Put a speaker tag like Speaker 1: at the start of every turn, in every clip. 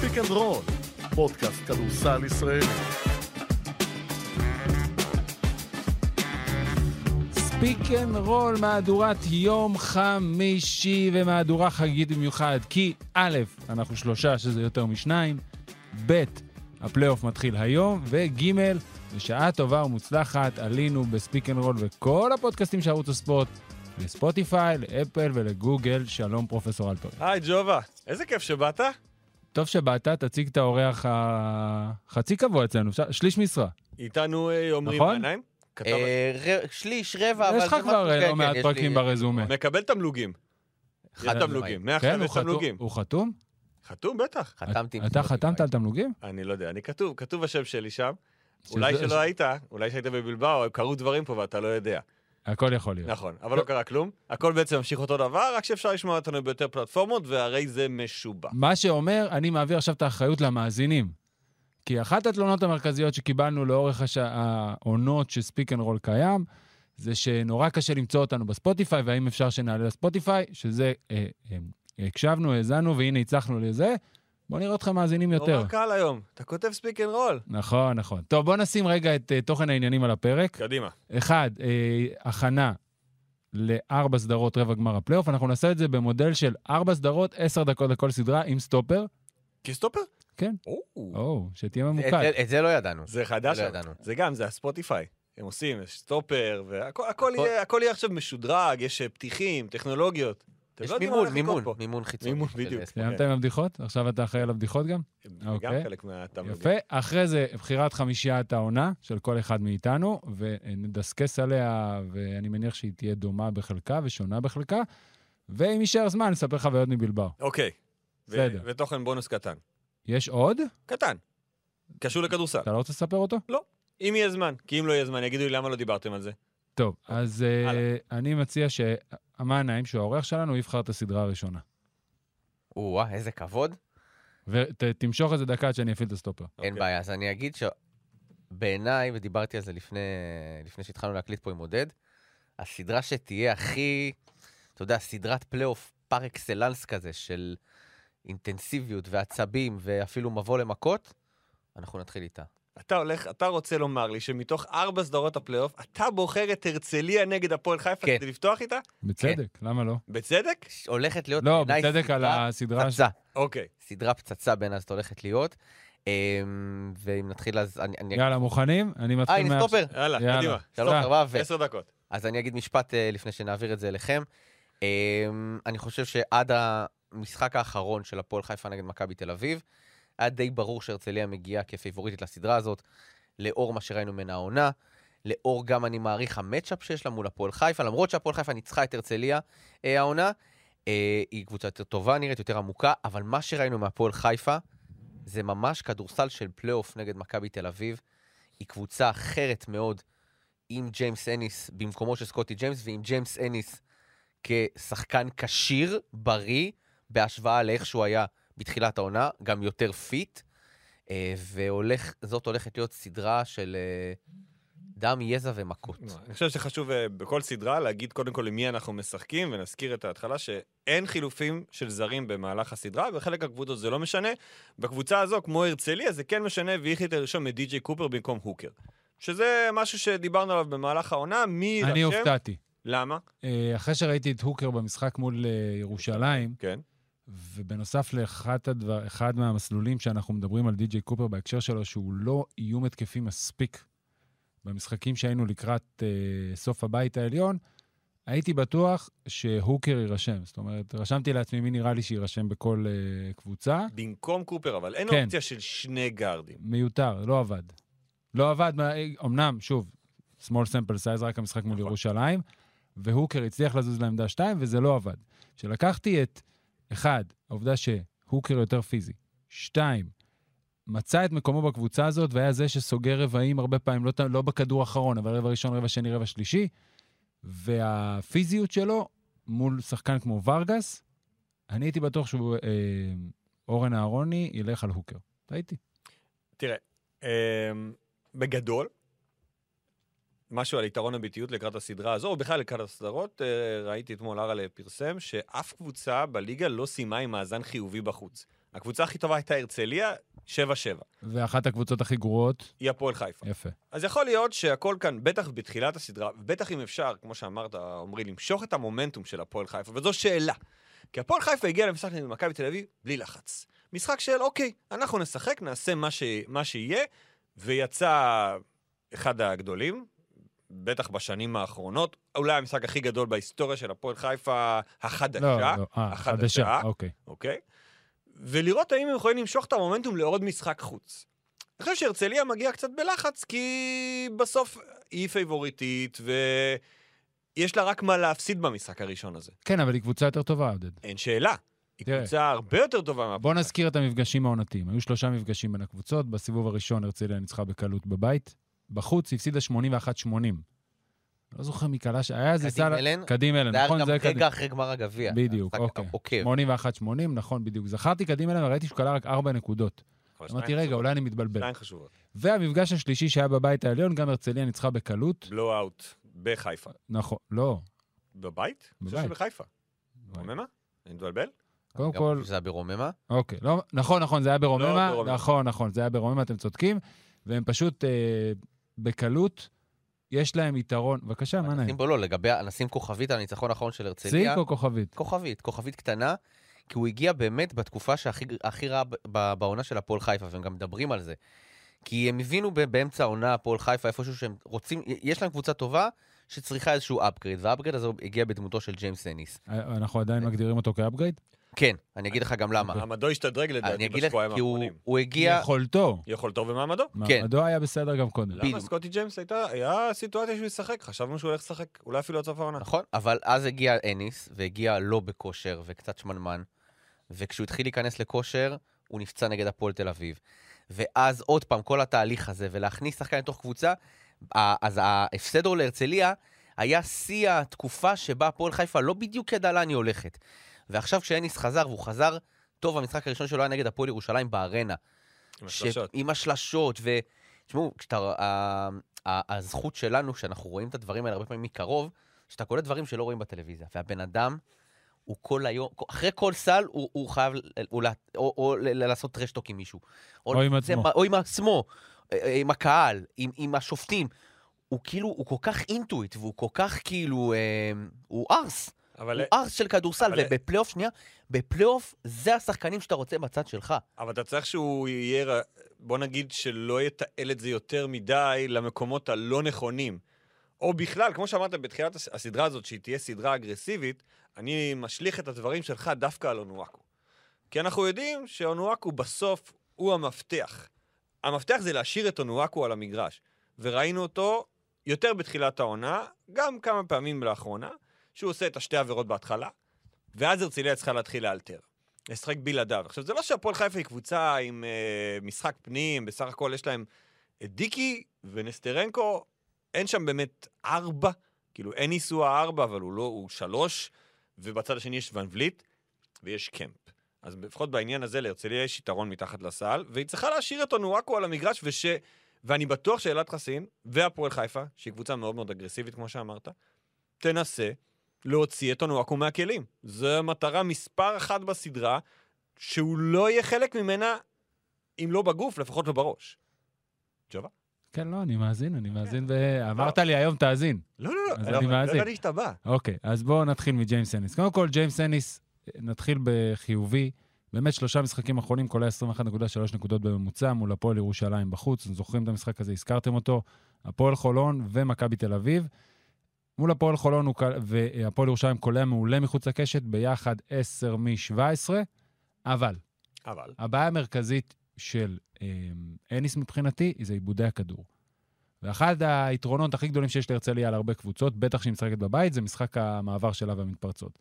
Speaker 1: פיק אנד רול, פודקאסט כדורסל ישראלי.
Speaker 2: ספיק אנד רול, מהדורת יום חמישי ומהדורה חגיגית במיוחד. כי א', אנחנו שלושה, שזה יותר משניים, ב', הפלייאוף מתחיל היום, וג', בשעה טובה ומוצלחת, עלינו בספיק אנד רול וכל הפודקאסטים של ערוץ הספורט, לספוטיפיי, לאפל ולגוגל. שלום, פרופסור אלפר.
Speaker 3: היי ג'ובה, איזה כיף שבאת.
Speaker 2: טוב שבאת, תציג את האורח החצי קבוע אצלנו, ש- שליש משרה.
Speaker 3: איתנו אה, עומרי
Speaker 2: נכון?
Speaker 3: בעיניים. כתב-
Speaker 4: אה, ר- שליש, רבע, אבל...
Speaker 2: יש לך
Speaker 4: זה
Speaker 2: כבר
Speaker 4: משהו-
Speaker 2: אה,
Speaker 4: כן,
Speaker 2: לא
Speaker 4: כן,
Speaker 2: מעט
Speaker 4: יש
Speaker 2: פרקים
Speaker 4: לי-
Speaker 2: ברזומה.
Speaker 3: מקבל תמלוגים. יש
Speaker 4: חד
Speaker 3: תמלוגים, מעכשיו
Speaker 2: אה, כן, הוא
Speaker 3: יש
Speaker 2: חתום-
Speaker 3: תמלוגים.
Speaker 2: הוא חתום?
Speaker 3: חתום בטח.
Speaker 4: חתמתי. עם אה.
Speaker 2: אתה
Speaker 4: ספוטיפיי.
Speaker 2: חתמת על תמלוגים?
Speaker 3: אני לא יודע, אני כתוב, כתוב השם שלי שם. אולי
Speaker 2: שזה-
Speaker 3: שלא היית, אולי שהיית בבלבאו, קרו דברים פה ואתה לא יודע.
Speaker 2: הכל יכול להיות.
Speaker 3: נכון, אבל לא קרה כלום. הכל בעצם ממשיך אותו דבר, רק שאפשר לשמוע אותנו ביותר פלטפורמות, והרי זה משובח.
Speaker 2: מה שאומר, אני מעביר עכשיו את האחריות למאזינים. כי אחת התלונות המרכזיות שקיבלנו לאורך הש... העונות שספיק אנד רול קיים, זה שנורא קשה למצוא אותנו בספוטיפיי, והאם אפשר שנעלה לספוטיפיי, שזה, אה, אה, הקשבנו, האזנו, והנה הצלחנו לזה. בואו נראה אותך מאזינים יותר.
Speaker 3: נורא קל היום, אתה כותב ספיק אנד רול.
Speaker 2: נכון, נכון. טוב, בואו נשים רגע את אה, תוכן העניינים על הפרק.
Speaker 3: קדימה.
Speaker 2: אחד, אה, הכנה לארבע סדרות רבע גמר הפלייאוף. אנחנו נעשה את זה במודל של ארבע סדרות, עשר דקות לכל סדרה, עם סטופר.
Speaker 3: אוקיי. כסטופר?
Speaker 2: כן.
Speaker 3: או,
Speaker 2: או, שתהיה
Speaker 4: את
Speaker 2: ממוקד.
Speaker 3: אוקיי.
Speaker 4: זה- את זה לא ידענו.
Speaker 3: זה חדש.
Speaker 4: לא
Speaker 3: אבל.
Speaker 4: ידענו.
Speaker 3: זה גם, זה הספוטיפיי. הם עושים, יש סטופר, והכל הכל
Speaker 4: הכל-
Speaker 3: יהיה, הכל יהיה עכשיו משודרג, יש אה, פתיחים, טכנולוגיות. אתם
Speaker 4: יש
Speaker 3: לא יודעים מה
Speaker 4: מימון,
Speaker 3: הולך לקרות
Speaker 4: מימון,
Speaker 3: פה.
Speaker 4: מימון חיצוני.
Speaker 3: מימון,
Speaker 4: של
Speaker 3: בדיוק.
Speaker 4: זה.
Speaker 2: סיימת
Speaker 3: אוקיי.
Speaker 2: עם הבדיחות? עכשיו אתה אחראי על הבדיחות גם?
Speaker 3: זה גם
Speaker 2: אוקיי.
Speaker 3: חלק מהתמלוגים.
Speaker 2: יפה. אחרי זה, בחירת חמישיית העונה של כל אחד מאיתנו, ונדסקס עליה, ואני מניח שהיא תהיה דומה בחלקה ושונה בחלקה. ואם יישאר זמן, נספר חוויות מבלבר.
Speaker 3: אוקיי. ו-
Speaker 2: בסדר.
Speaker 3: ותוכן בונוס קטן.
Speaker 2: יש עוד?
Speaker 3: קטן. קשור לכדורסל.
Speaker 2: אתה לא רוצה לספר אותו?
Speaker 3: אם יהיה זמן, כי אם לא יהיה זמן, יגידו לי למה לא דיברתם על זה.
Speaker 2: טוב, אז אה,
Speaker 3: הלאה.
Speaker 2: אני מציע שאמן נעים, שהוא העורך שלנו, יבחר את הסדרה הראשונה.
Speaker 4: או-אה, איזה כבוד.
Speaker 2: ותמשוך איזה דקה עד שאני אפעיל את הסטופר.
Speaker 4: אין
Speaker 3: אוקיי.
Speaker 4: בעיה, אז אני אגיד שבעיניי, ודיברתי על זה לפני לפני שהתחלנו להקליט פה עם עודד, הסדרה שתהיה הכי, אתה יודע, סדרת פלייאוף פר אקסלנס כזה, של אינטנסיביות ועצבים ואפילו מבוא למכות, אנחנו נתחיל איתה.
Speaker 3: אתה הולך, אתה רוצה לומר לי שמתוך ארבע סדרות הפלייאוף, אתה בוחר את הרצליה נגד הפועל חיפה
Speaker 4: כן.
Speaker 3: כדי לפתוח איתה?
Speaker 2: בצדק, למה לא?
Speaker 3: בצדק?
Speaker 4: ש- הולכת להיות
Speaker 2: לא,
Speaker 4: בעיניי
Speaker 2: בצדק על
Speaker 4: כן. סדרה
Speaker 2: הסדרה ש-
Speaker 4: פצצה.
Speaker 3: אוקיי.
Speaker 4: סדרה פצצה בין אז הולכת להיות. אמ, ואם נתחיל אז אני... אני-
Speaker 2: יאללה, מוכנים? אני
Speaker 4: אה,
Speaker 2: מתחיל
Speaker 4: הנה
Speaker 2: מעכשיו.
Speaker 4: סטופר.
Speaker 3: יאללה,
Speaker 2: יאללה.
Speaker 3: קדימה.
Speaker 4: שלוש, ארבע ו...
Speaker 3: עשר דקות.
Speaker 4: אז אני אגיד משפט אה, לפני שנעביר את זה אליכם. אמ, אני חושב שעד המשחק האחרון של הפועל חיפה נגד מכבי תל אביב, היה די ברור שהרצליה מגיעה כפייבוריטית לסדרה הזאת, לאור מה שראינו ממנה העונה, לאור גם, אני מעריך, המצ'אפ שיש לה מול הפועל חיפה, למרות שהפועל חיפה ניצחה את הרצליה אה, העונה, אה, היא קבוצה יותר טובה, נראית יותר עמוקה, אבל מה שראינו מהפועל חיפה, זה ממש כדורסל של פלייאוף נגד מכבי תל אביב. היא קבוצה אחרת מאוד עם ג'יימס אניס במקומו של סקוטי ג'יימס, ועם ג'יימס אניס כשחקן כשיר, בריא, בהשוואה לאיך שהוא היה בתחילת העונה, גם יותר פיט. אה, והולך, זאת הולכת להיות סדרה של אה, דם, יזע ומכות.
Speaker 3: לא, אני חושב שחשוב אה, בכל סדרה להגיד קודם כל עם מי אנחנו משחקים, ונזכיר את ההתחלה שאין חילופים של זרים במהלך הסדרה, בחלק הקבוצות זה לא משנה. בקבוצה הזו, כמו הרצליה, זה כן משנה, והיא החליטה לרשום את די.ג'יי קופר במקום הוקר. שזה משהו שדיברנו עליו במהלך העונה, מי יירשם...
Speaker 2: אני הופתעתי.
Speaker 3: למה?
Speaker 2: אה, אחרי שראיתי את הוקר במשחק מול אה, ירושלים,
Speaker 3: כן.
Speaker 2: ובנוסף לאחד הדבר, אחד מהמסלולים שאנחנו מדברים על די.ג'יי קופר בהקשר שלו, שהוא לא איום התקפי מספיק במשחקים שהיינו לקראת אה, סוף הבית העליון, הייתי בטוח שהוקר יירשם. זאת אומרת, רשמתי לעצמי מי נראה לי שיירשם בכל אה, קבוצה.
Speaker 3: במקום קופר, אבל אין
Speaker 2: כן.
Speaker 3: אופציה של שני גארדים.
Speaker 2: מיותר, לא עבד. לא עבד, מה- אמנם, שוב, small sample size, רק המשחק מול
Speaker 3: נכון.
Speaker 2: ירושלים, והוקר הצליח לזוז לעמדה 2, וזה לא עבד. כשלקחתי את, אחד, העובדה שהוקר יותר פיזי, שתיים, מצא את מקומו בקבוצה הזאת, והיה זה שסוגר רבעים הרבה פעמים, לא, ת- לא בכדור האחרון, אבל רבע ראשון, רבע שני, רבע שלישי, והפיזיות שלו מול שחקן כמו ורגס, אני הייתי בטוח שהוא, אה, אורן אהרוני ילך על הוקר. הייתי.
Speaker 3: תראה, אמ, בגדול, משהו על יתרון הביטיות לקראת הסדרה הזו, או בכלל לקראת הסדרות, אה, ראיתי אתמול אראלה פרסם שאף קבוצה בליגה לא סיימה עם מאזן חיובי בחוץ. הקבוצה הכי טובה הייתה הרצליה, 7-7.
Speaker 2: ואחת הקבוצות הכי גרועות,
Speaker 3: היא הפועל חיפה.
Speaker 2: יפה.
Speaker 3: אז יכול להיות שהכל כאן, בטח בתחילת הסדרה, בטח אם אפשר, כמו שאמרת, עמרי, למשוך את המומנטום של הפועל חיפה, וזו שאלה. כי הפועל חיפה הגיעה למשחק נגד מכבי תל אביב בלי לחץ. משחק של אוקיי, אנחנו נשחק, נעשה מה, ש... מה שיהיה, ויצא אחד הגדולים, בטח בשנים האחרונות, אולי המשחק הכי גדול בהיסטוריה של הפועל חיפה החדשה.
Speaker 2: לא, לא, אה,
Speaker 3: החדשה.
Speaker 2: חדשה, אוקיי.
Speaker 3: אוקיי? ולראות האם הם יכולים למשוך את המומנטום לעוד משחק חוץ. אני חושב שהרצליה מגיע קצת בלחץ, כי בסוף היא פייבוריטית, ויש לה רק מה להפסיד במשחק הראשון הזה.
Speaker 2: כן, אבל היא קבוצה יותר טובה, עודד.
Speaker 3: אין שאלה. היא
Speaker 2: תראה.
Speaker 3: קבוצה הרבה יותר טובה מהפועל.
Speaker 2: בוא נזכיר את המפגשים העונתיים. היו שלושה מפגשים בין הקבוצות. בסיבוב הראשון הרצליה ניצחה בקלות בבית. בחוץ היא הפסידה 81-80. לא זוכר מי קלע ש... היה איזה
Speaker 4: קדים
Speaker 2: סל...
Speaker 4: אלן?
Speaker 2: קדים אלן,
Speaker 4: זה היה
Speaker 2: נכון?
Speaker 4: גם
Speaker 2: זה היה קדים.
Speaker 4: רגע אחרי גמר הגביע.
Speaker 2: בדיוק,
Speaker 4: המשחק
Speaker 2: אוקיי.
Speaker 4: העוקב.
Speaker 2: 81-80, נכון, בדיוק. זכרתי קדים אלן וראיתי שהוא קלע רק ארבע נקודות.
Speaker 3: אבל שתיים
Speaker 2: אמרתי, רגע,
Speaker 3: חשובות.
Speaker 2: אולי אני מתבלבל.
Speaker 3: שתיים חשובות.
Speaker 2: והמפגש השלישי שהיה בבית העליון, גם הרצליה ניצחה בקלות.
Speaker 3: בלו אאוט בחיפה.
Speaker 2: נכון, לא.
Speaker 3: בבית? אני חושב
Speaker 2: בבית.
Speaker 3: שבחיפה. רוממה? אני מתבלבל?
Speaker 2: קודם
Speaker 4: גם
Speaker 2: כל,
Speaker 4: זה היה ברוממה.
Speaker 2: אוקיי, לא, נכון, נכון, זה היה ברוממה,
Speaker 3: לא ברוממה.
Speaker 2: נכון, נכון, זה היה ברוממה, אתם צודקים, והם פשוט אה, בקלות, יש להם יתרון, בבקשה, מה נעים?
Speaker 4: נשים בו לא, לגבי, נשים כוכבית על הניצחון האחרון של הרצליה.
Speaker 2: צינק או כוכבית?
Speaker 4: כוכבית, כוכבית קטנה, כי הוא הגיע באמת בתקופה שהכי הכי רעה ב- ב- בעונה של הפועל חיפה, והם גם מדברים על זה. כי הם הבינו ב- באמצע העונה, הפועל חיפה, איפשהו שהם רוצים, יש להם קבוצה טובה שצריכה איזשהו upgrade, והאפגרייד הזה הגיע בדמותו של ג'יימס אניס.
Speaker 2: אה, אנחנו עדיין מגדירים אותו כאפגרייד?
Speaker 4: כן, אני אגיד לך גם למה.
Speaker 3: מעמדו השתדרג
Speaker 4: אני
Speaker 3: לדעתי
Speaker 4: אגיד לך,
Speaker 3: בשבועיים
Speaker 4: כי הוא-
Speaker 3: האחרונים.
Speaker 4: הוא הגיע...
Speaker 2: יכולתו.
Speaker 3: יכולתו ומעמדו.
Speaker 4: כן.
Speaker 2: מעמדו היה בסדר גם קודם.
Speaker 4: בדיוק.
Speaker 3: למה סקוטי ג'יימס הייתה, היה סיטואציה שהוא ישחק, חשבנו שהוא הולך לשחק, אולי אפילו עד סוף העונה.
Speaker 4: נכון, אבל אז הגיע אניס, והגיע לא בכושר וקצת שמנמן, וכשהוא התחיל להיכנס לכושר, הוא נפצע נגד הפועל תל אביב. ואז עוד פעם, כל התהליך הזה, ולהכניס שחקן לתוך קבוצה, ה- אז ההפסד או להרצליה היה שיא התקופה שבה הפועל חיפה לא בדיוק ידעה לאן היא הולכת. ועכשיו כשאניס חזר, והוא חזר טוב, המשחק הראשון שלו היה נגד הפועל ירושלים בארנה.
Speaker 3: עם
Speaker 4: ש-
Speaker 3: השלשות.
Speaker 4: עם השלשות, ו... תשמעו, כשאתה... ה- ה- הזכות שלנו, שאנחנו רואים את הדברים האלה הרבה פעמים מקרוב, שאתה קולט דברים שלא רואים בטלוויזיה. והבן אדם, הוא כל היום, אחרי כל סל, הוא, הוא חייב ל- הוא, לה- או, או, ל- ל- לעשות טרשטוק עם מישהו.
Speaker 2: או עם
Speaker 4: זה
Speaker 2: עצמו.
Speaker 4: מה- או עם עצמו, אה, אה, עם הקהל, עם, עם השופטים. הוא כאילו, הוא כל כך אינטואיט, והוא כל כך כאילו, אה, הוא ארס.
Speaker 3: אבל
Speaker 4: הוא ארס של כדורסל,
Speaker 3: אבל-
Speaker 4: ובפלייאוף, שנייה, בפלייאוף זה השחקנים שאתה רוצה בצד שלך.
Speaker 3: אבל אתה צריך שהוא יהיה, ר- בוא נגיד שלא יתעל את זה יותר מדי למקומות הלא נכונים. או בכלל, כמו שאמרת בתחילת הס- הסדרה הזאת, שהיא תהיה סדרה אגרסיבית, אני משליך את הדברים שלך דווקא על אונואקו. כי אנחנו יודעים שאונואקו בסוף הוא המפתח. המפתח זה להשאיר את אונואקו על המגרש. וראינו אותו יותר בתחילת העונה, גם כמה פעמים לאחרונה, שהוא עושה את השתי עבירות בהתחלה, ואז הרצליה צריכה להתחיל לאלתר. לשחק בלעדיו. עכשיו, זה לא שהפועל חיפה היא קבוצה עם אה, משחק פנים, בסך הכל יש להם את דיקי ונסטרנקו, אין שם באמת ארבע, כאילו אין איסוע הארבע, אבל הוא לא, הוא שלוש, ובצד השני יש ון וליט ויש קמפ. אז לפחות בעניין הזה להרצליה יש יתרון מתחת לסל, והיא צריכה להשאיר את אונואקו על המגרש, וש... ואני בטוח שאלעד חסין והפועל חיפה, שהיא קבוצה מאוד מאוד אגרסיבית, כמו שאמרת, תנסה להוציא את אונואקו מהכלים. זו מטרה מספר אחת בסדרה, שהוא לא יהיה חלק ממנה, אם לא בגוף, לפחות לא בראש.
Speaker 2: כן, לא, אני מאזין, אני מאזין, ואמרת לי היום תאזין.
Speaker 3: לא, לא, לא,
Speaker 2: אז
Speaker 3: לא,
Speaker 2: אני
Speaker 3: לא
Speaker 2: מאזין.
Speaker 3: ידעתי שאתה בא.
Speaker 2: אוקיי, אז בואו נתחיל מג'יימס אניס. קודם כל, ג'יימס אניס, אה, נתחיל בחיובי. באמת שלושה משחקים אחרונים, כולל 21.3 נקודות בממוצע מול הפועל ירושלים בחוץ. אתם זוכרים את המשחק הזה, הזכרתם אותו. הפועל חולון ומכבי תל אביב. מול הפועל חולון הוא קל- והפועל ירושלים קולע מעולה מחוץ לקשת, ביחד 10 מ-17. אבל
Speaker 3: אבל,
Speaker 2: הבעיה המרכזית של אמ, אניס מבחינתי זה עיבודי הכדור. ואחד היתרונות הכי גדולים שיש להרצליה על הרבה קבוצות, בטח שהיא משחקת בבית, זה משחק המעבר שלה והמתפרצות.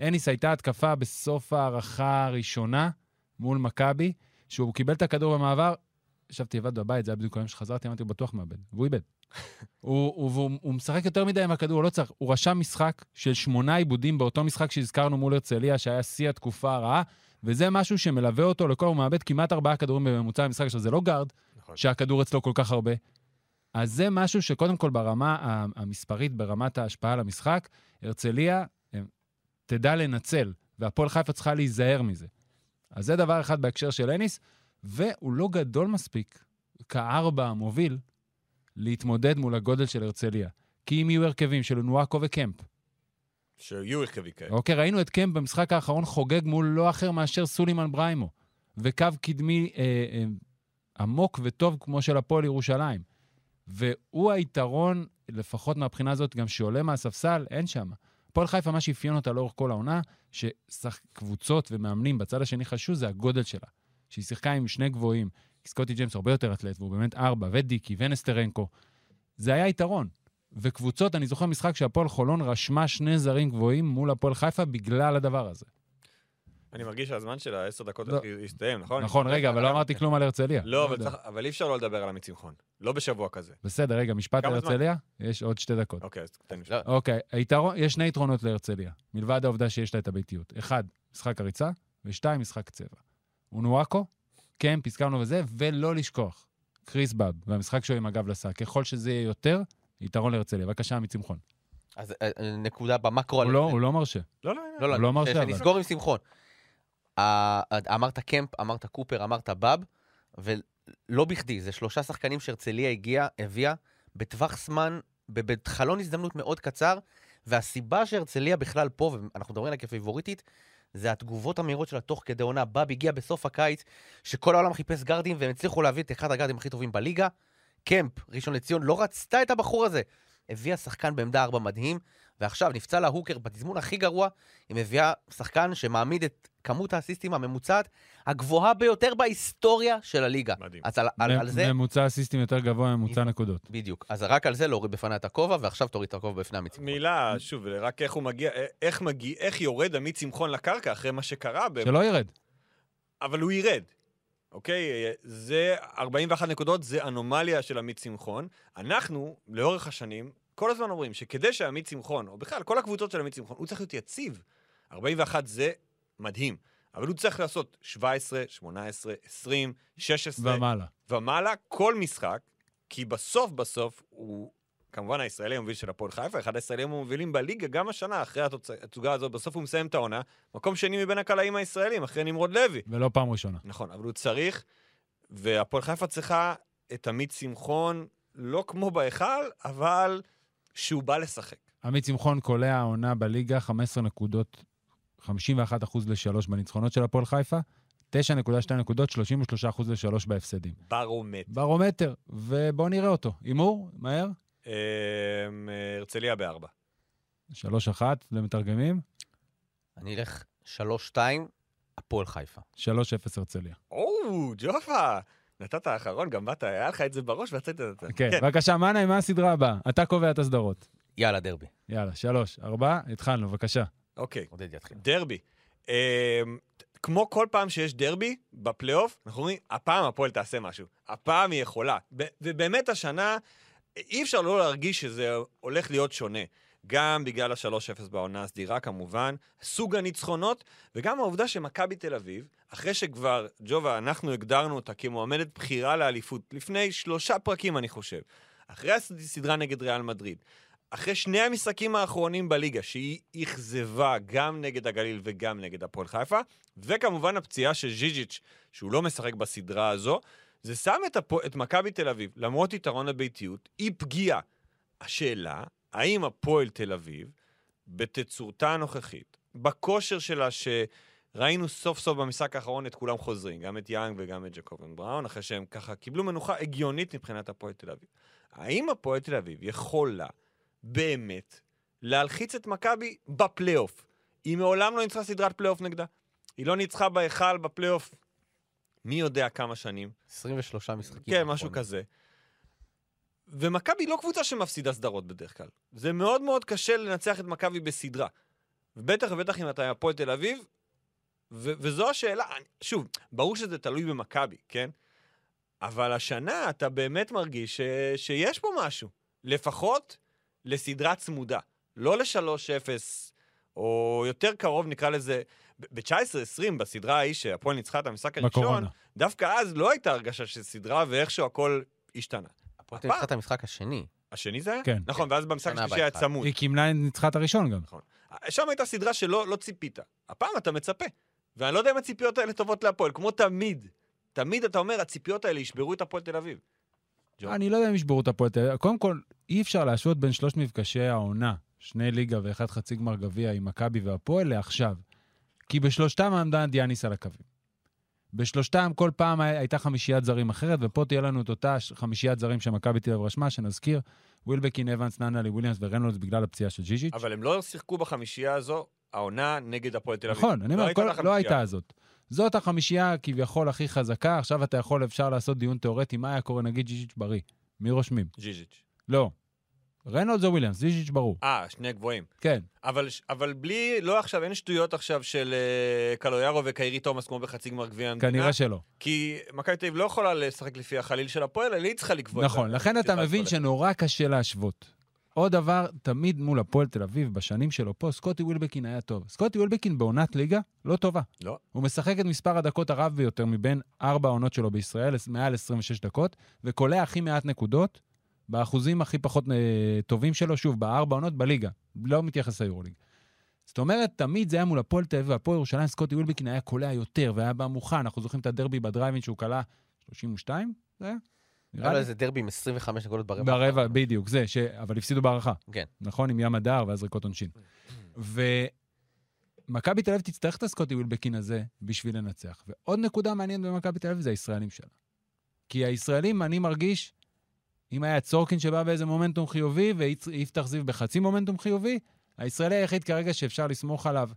Speaker 2: אניס הייתה התקפה בסוף ההערכה הראשונה מול מכבי, שהוא קיבל את הכדור במעבר, ישבתי לבד בבית, זה היה בדיוק היום שחזרתי, אמרתי, הוא בטוח מאבד, והוא איבד. הוא, הוא, הוא, הוא משחק יותר מדי עם הכדור, הוא לא צריך. הוא רשם משחק של שמונה עיבודים באותו משחק שהזכרנו מול הרצליה, שהיה שיא התקופה הרעה, וזה משהו שמלווה אותו לכל, הוא מאבד כמעט ארבעה כדורים בממוצע במשחק, עכשיו זה לא גארד,
Speaker 3: נכון.
Speaker 2: שהכדור אצלו כל כך הרבה. אז זה משהו שקודם כל ברמה ה- המספרית, ברמת ההשפעה על המשחק, הרצליה אה, תדע לנצל, והפועל חיפה צריכה להיזהר מזה. אז זה דבר אחד בהקשר של אניס, והוא לא גדול מספיק, כארבע המוביל, להתמודד מול הגודל של הרצליה. כי אם יהיו הרכבים של נואקו וקמפ,
Speaker 3: שיהיו הרכבי כאלה.
Speaker 2: אוקיי, ראינו את קמפ במשחק האחרון חוגג מול לא אחר מאשר סולימן בריימו, וקו קדמי אה, אה, עמוק וטוב כמו של הפועל ירושלים. והוא היתרון, לפחות מהבחינה הזאת, גם שעולה מהספסל, אין שם. הפועל חיפה, מה שאפיין אותה לאורך כל העונה, שקבוצות ומאמנים בצד השני חשו, זה הגודל שלה. שהיא שיחקה עם שני גבוהים, כי סקוטי ג'יימס הרבה יותר אתלט, והוא באמת ארבע, ודיקי, ונסטרנקו. זה היה יתרון. וקבוצות, אני זוכר משחק שהפועל חולון רשמה שני זרים גבוהים מול הפועל חיפה בגלל הדבר הזה.
Speaker 3: אני מרגיש שהזמן של העשר דקות
Speaker 2: לא.
Speaker 3: הסתיים, נכון?
Speaker 2: נכון, רגע, אבל לא אמרתי כלום על הרצליה.
Speaker 3: לא, אבל
Speaker 2: יודע.
Speaker 3: צריך- אבל אי אפשר לא לדבר על עמית שמחון. לא בשבוע כזה.
Speaker 2: בסדר, רגע, משפט על
Speaker 3: כמה זמן?
Speaker 2: הרצליה? יש עוד שתי דקות.
Speaker 3: אוקיי, אז תן לי
Speaker 4: לא,
Speaker 2: אוקיי, היתרון, יש שני יתרונות להרצליה, מלבד העובדה שיש לה את הביתיות. אחד, משחק הריצה, ושתיים, משחק צבע. אונואקו, קמפ, הסכמנו וזה, ולא לשכוח, קריס באב, והמשחק שלו עם הגב לסע. ככל שזה יהיה יותר, יתרון להרצליה. בבקשה, עמית שמחון.
Speaker 4: אז אה, אה, נקודה במקרו.
Speaker 2: הוא
Speaker 4: על-
Speaker 2: לא- הוא לא מרשה.
Speaker 3: לא, לא,
Speaker 4: לא, לא,
Speaker 2: הוא לא אמר
Speaker 4: ש-
Speaker 2: שעבר.
Speaker 4: שנסגור עם שמחון. ה- אה, אמרת קמפ, אמרת קופר, אמרת בב, ולא בכדי, זה שלושה שחקנים שהרצליה הגיעה, הביאה, בטווח זמן, ב- בחלון הזדמנות מאוד קצר, והסיבה שהרצליה בכלל פה, ואנחנו מדברים עליה כפיבוריטית, זה התגובות המהירות שלה תוך כדי עונה. בב הגיע בסוף הקיץ, שכל העולם חיפש גארדים, והם הצליחו להביא את אחד הגארדים הכי טובים בליגה. קמפ, ראשון לציון, לא רצתה את הבחור הזה. הביאה שחקן בעמדה ארבע מדהים, ועכשיו נפצע לה הוקר בתזמון הכי גרוע, היא מביאה שחקן שמעמיד את כמות האסיסטים הממוצעת הגבוהה ביותר בהיסטוריה של הליגה.
Speaker 3: מדהים.
Speaker 4: אז על, על, על זה,
Speaker 2: ממוצע אסיסטים יותר גבוה מממוצע נקודות.
Speaker 4: בדיוק. אז רק על זה להוריד בפניה את הכובע, ועכשיו תוריד את הכובע בפני המצוות.
Speaker 3: מילה, שוב, רק איך הוא מגיע, איך מגיע, איך יורד עמית שמחון לקרקע אחרי מה שקרה, ב-
Speaker 2: שלא ירד.
Speaker 3: אבל הוא ירד. אוקיי, זה 41 נקודות, זה אנומליה של עמית שמחון. אנחנו, לאורך השנים, כל הזמן אומרים שכדי שעמית שמחון, או בכלל כל הקבוצות של עמית שמחון, הוא צריך להיות יציב. 41 זה מדהים, אבל הוא צריך לעשות 17, 18, 20, 16
Speaker 2: ומעלה.
Speaker 3: ומעלה כל משחק, כי בסוף בסוף הוא... כמובן, הישראלי המוביל של הפועל חיפה, אחד הישראלים המובילים בליגה גם השנה, אחרי התוצ- התצוגה הזאת, בסוף הוא מסיים את העונה, מקום שני מבין הקלעים הישראלים, אחרי נמרוד לוי.
Speaker 2: ולא פעם ראשונה.
Speaker 3: נכון, אבל הוא צריך, והפועל חיפה צריכה את עמית שמחון, לא כמו בהיכל, אבל שהוא בא לשחק.
Speaker 2: עמית שמחון קולע העונה בליגה 15 נקודות, 51 אחוז לשלוש בניצחונות של הפועל חיפה, 9.2 נקודות, 33 אחוז לשלוש בהפסדים.
Speaker 3: ברומטר.
Speaker 2: ברומטר, ובואו נראה אותו. הימור, מהר,
Speaker 3: אמ, הרצליה בארבע.
Speaker 2: 3-1 למתרגמים,
Speaker 4: אני אלך 3-2, הפועל חיפה.
Speaker 2: 3-0 הרצליה.
Speaker 3: או, ג'ופה, נתת האחרון, גם באת, היה לך את זה בראש ועשית את זה.
Speaker 2: כן, בבקשה, מנאי, מה הסדרה הבאה? אתה קובע את הסדרות.
Speaker 4: יאללה, דרבי.
Speaker 2: יאללה, שלוש, ארבע, התחלנו, בבקשה.
Speaker 3: אוקיי,
Speaker 4: עודד יתחיל.
Speaker 3: דרבי. אמ, ת- כמו כל פעם שיש דרבי בפלייאוף, אנחנו אומרים, הפעם הפועל תעשה משהו. הפעם היא יכולה. ב- ובאמת השנה, אי אפשר לא להרגיש שזה הולך להיות שונה. גם בגלל ה-3-0 בעונה הסדירה כמובן, סוג הניצחונות, וגם העובדה שמכבי תל אביב, אחרי שכבר, ג'ובה, אנחנו הגדרנו אותה כמועמדת בחירה לאליפות, לפני שלושה פרקים אני חושב, אחרי הסדרה נגד ריאל מדריד, אחרי שני המשחקים האחרונים בליגה, שהיא אכזבה גם נגד הגליל וגם נגד הפועל חיפה, וכמובן הפציעה של ז'יז'יץ', שהוא לא משחק בסדרה הזו, זה שם את, הפו- את מכבי תל אביב, למרות יתרון הביתיות, היא פגיעה. השאלה, האם הפועל תל אביב, בתצורתה הנוכחית, בכושר שלה שראינו סוף סוף במשחק האחרון את כולם חוזרים, גם את יאנג וגם את ג'קובן בראון, אחרי שהם ככה קיבלו מנוחה הגיונית מבחינת הפועל תל אביב. האם הפועל תל אביב יכולה באמת להלחיץ את מכבי בפלייאוף? היא מעולם לא ניצחה סדרת פלייאוף נגדה. היא לא ניצחה בהיכל בפלייאוף מי יודע כמה שנים.
Speaker 4: 23 משחקים.
Speaker 3: כן,
Speaker 4: האחרונים.
Speaker 3: משהו כזה. ומכבי לא קבוצה שמפסידה סדרות בדרך כלל. זה מאוד מאוד קשה לנצח את מכבי בסדרה. בטח ובטח אם אתה מהפועל תל אביב, ו- וזו השאלה, אני- שוב, ברור שזה תלוי במכבי, כן? אבל השנה אתה באמת מרגיש ש- שיש פה משהו. לפחות לסדרה צמודה. לא ל-3-0, או יותר קרוב נקרא לזה, ב-19-20, בסדרה ההיא שהפועל ניצחה את המשחק הראשון,
Speaker 2: בקורונה.
Speaker 3: דווקא אז לא הייתה הרגשה של סדרה, ואיכשהו הכל השתנה.
Speaker 4: הפועל תל אביב ניצחה את המשחק השני.
Speaker 3: השני זה היה?
Speaker 2: כן.
Speaker 3: נכון, ואז במשחק
Speaker 4: שנה
Speaker 3: השלישי היה
Speaker 4: בהתחלה.
Speaker 3: צמוד.
Speaker 2: היא קימנה ניצחה את הראשון גם.
Speaker 3: שם הייתה סדרה שלא לא ציפית. הפעם אתה מצפה. ואני לא יודע אם הציפיות האלה טובות להפועל, כמו תמיד. תמיד אתה אומר, הציפיות האלה ישברו את הפועל תל אביב. ג'ו.
Speaker 2: אני לא יודע אם ישברו את הפועל תל אביב. קודם כל, אי אפשר להשוות בין שלושת מפגשי העונה, שני ליגה ואחד חצי גמר גביע עם מכבי והפועל, לעכשיו. כי בשלושתם עמדה דיאניס על הקווים. בשלושתם כל פעם הי- הייתה חמישיית זרים אחרת, ופה תהיה לנו את אותה ש- חמישיית זרים שמכבי תל אביב רשמה, שנזכיר, ווילבקין, אבנס, ננלי, וויליאמס ורנולדס בגלל הפציעה של ג'יג'יץ'.
Speaker 3: אבל הם לא שיחקו בחמישייה הזו, העונה נגד הפועל תל אביב.
Speaker 2: נכון, אני
Speaker 3: לא
Speaker 2: אומר,
Speaker 3: הייתה
Speaker 2: כל-
Speaker 3: לה חמישייה.
Speaker 2: לא הייתה הזאת. זאת החמישייה כביכול הכי חזקה, עכשיו אתה יכול, אפשר לעשות דיון תיאורטי, מה היה קורה, נגיד ג'יג'יץ' בריא. מי רושמים?
Speaker 3: ז'יז'יץ'.
Speaker 2: לא. רנולדס או וויליאמס, זיז'יץ' ברור.
Speaker 3: אה, שני גבוהים.
Speaker 2: כן.
Speaker 3: אבל, אבל בלי, לא עכשיו, אין שטויות עכשיו של אה, קלויארו וקיירי תומאס כמו בחצי גמר גביע המדינה.
Speaker 2: כנראה שלא.
Speaker 3: כי מכבי תל אביב לא יכולה לשחק לפי החליל של הפועל, אלא היא צריכה לקבוע. את
Speaker 2: נכון,
Speaker 3: ה-
Speaker 2: לכן
Speaker 3: את
Speaker 2: אתה
Speaker 3: ה-
Speaker 2: מבין
Speaker 3: את ה-
Speaker 2: שנורא קשה להשוות. עוד דבר, תמיד מול הפועל תל אביב, בשנים שלו פה, סקוטי ווילבקין היה טוב. סקוטי ווילבקין בעונת ליגה לא טובה.
Speaker 3: לא.
Speaker 2: הוא משחק את מספר הדקות הרב ביותר מבין ארבע העונות שלו בישראל, עש- מעל 26 דקות, וקולע הכי מעט נקודות, באחוזים הכי פחות אה, טובים שלו, שוב, בארבע עונות בליגה. לא מתייחס ליורוליג. זאת אומרת, תמיד זה היה מול הפועל תל אביב והפועל ירושלים, סקוטי ווילבקין היה קולע יותר והיה בא מוכן. אנחנו זוכרים את הדרבי בדרייבין שהוא קלע 32, זה היה?
Speaker 4: היה
Speaker 2: נראה
Speaker 4: לו
Speaker 2: לי.
Speaker 4: איזה לא, דרבי עם 25 נקודות ברבע.
Speaker 2: ברבע, בדיוק, זה, ש... אבל הפסידו בהערכה.
Speaker 4: כן.
Speaker 2: נכון, עם ים הדר ואז ריקות עונשין. ומכבי תל אביב תצטרך את הסקוטי ווילבקין הזה בשביל לנצח. ועוד נקודה מעניינת במכבי תל אביב זה הישראלים שלה. כי הישראלים, אני מרגיש, אם היה צורקין שבא באיזה מומנטום חיובי, ויפתח זיו בחצי מומנטום חיובי, הישראלי היחיד כרגע שאפשר לסמוך עליו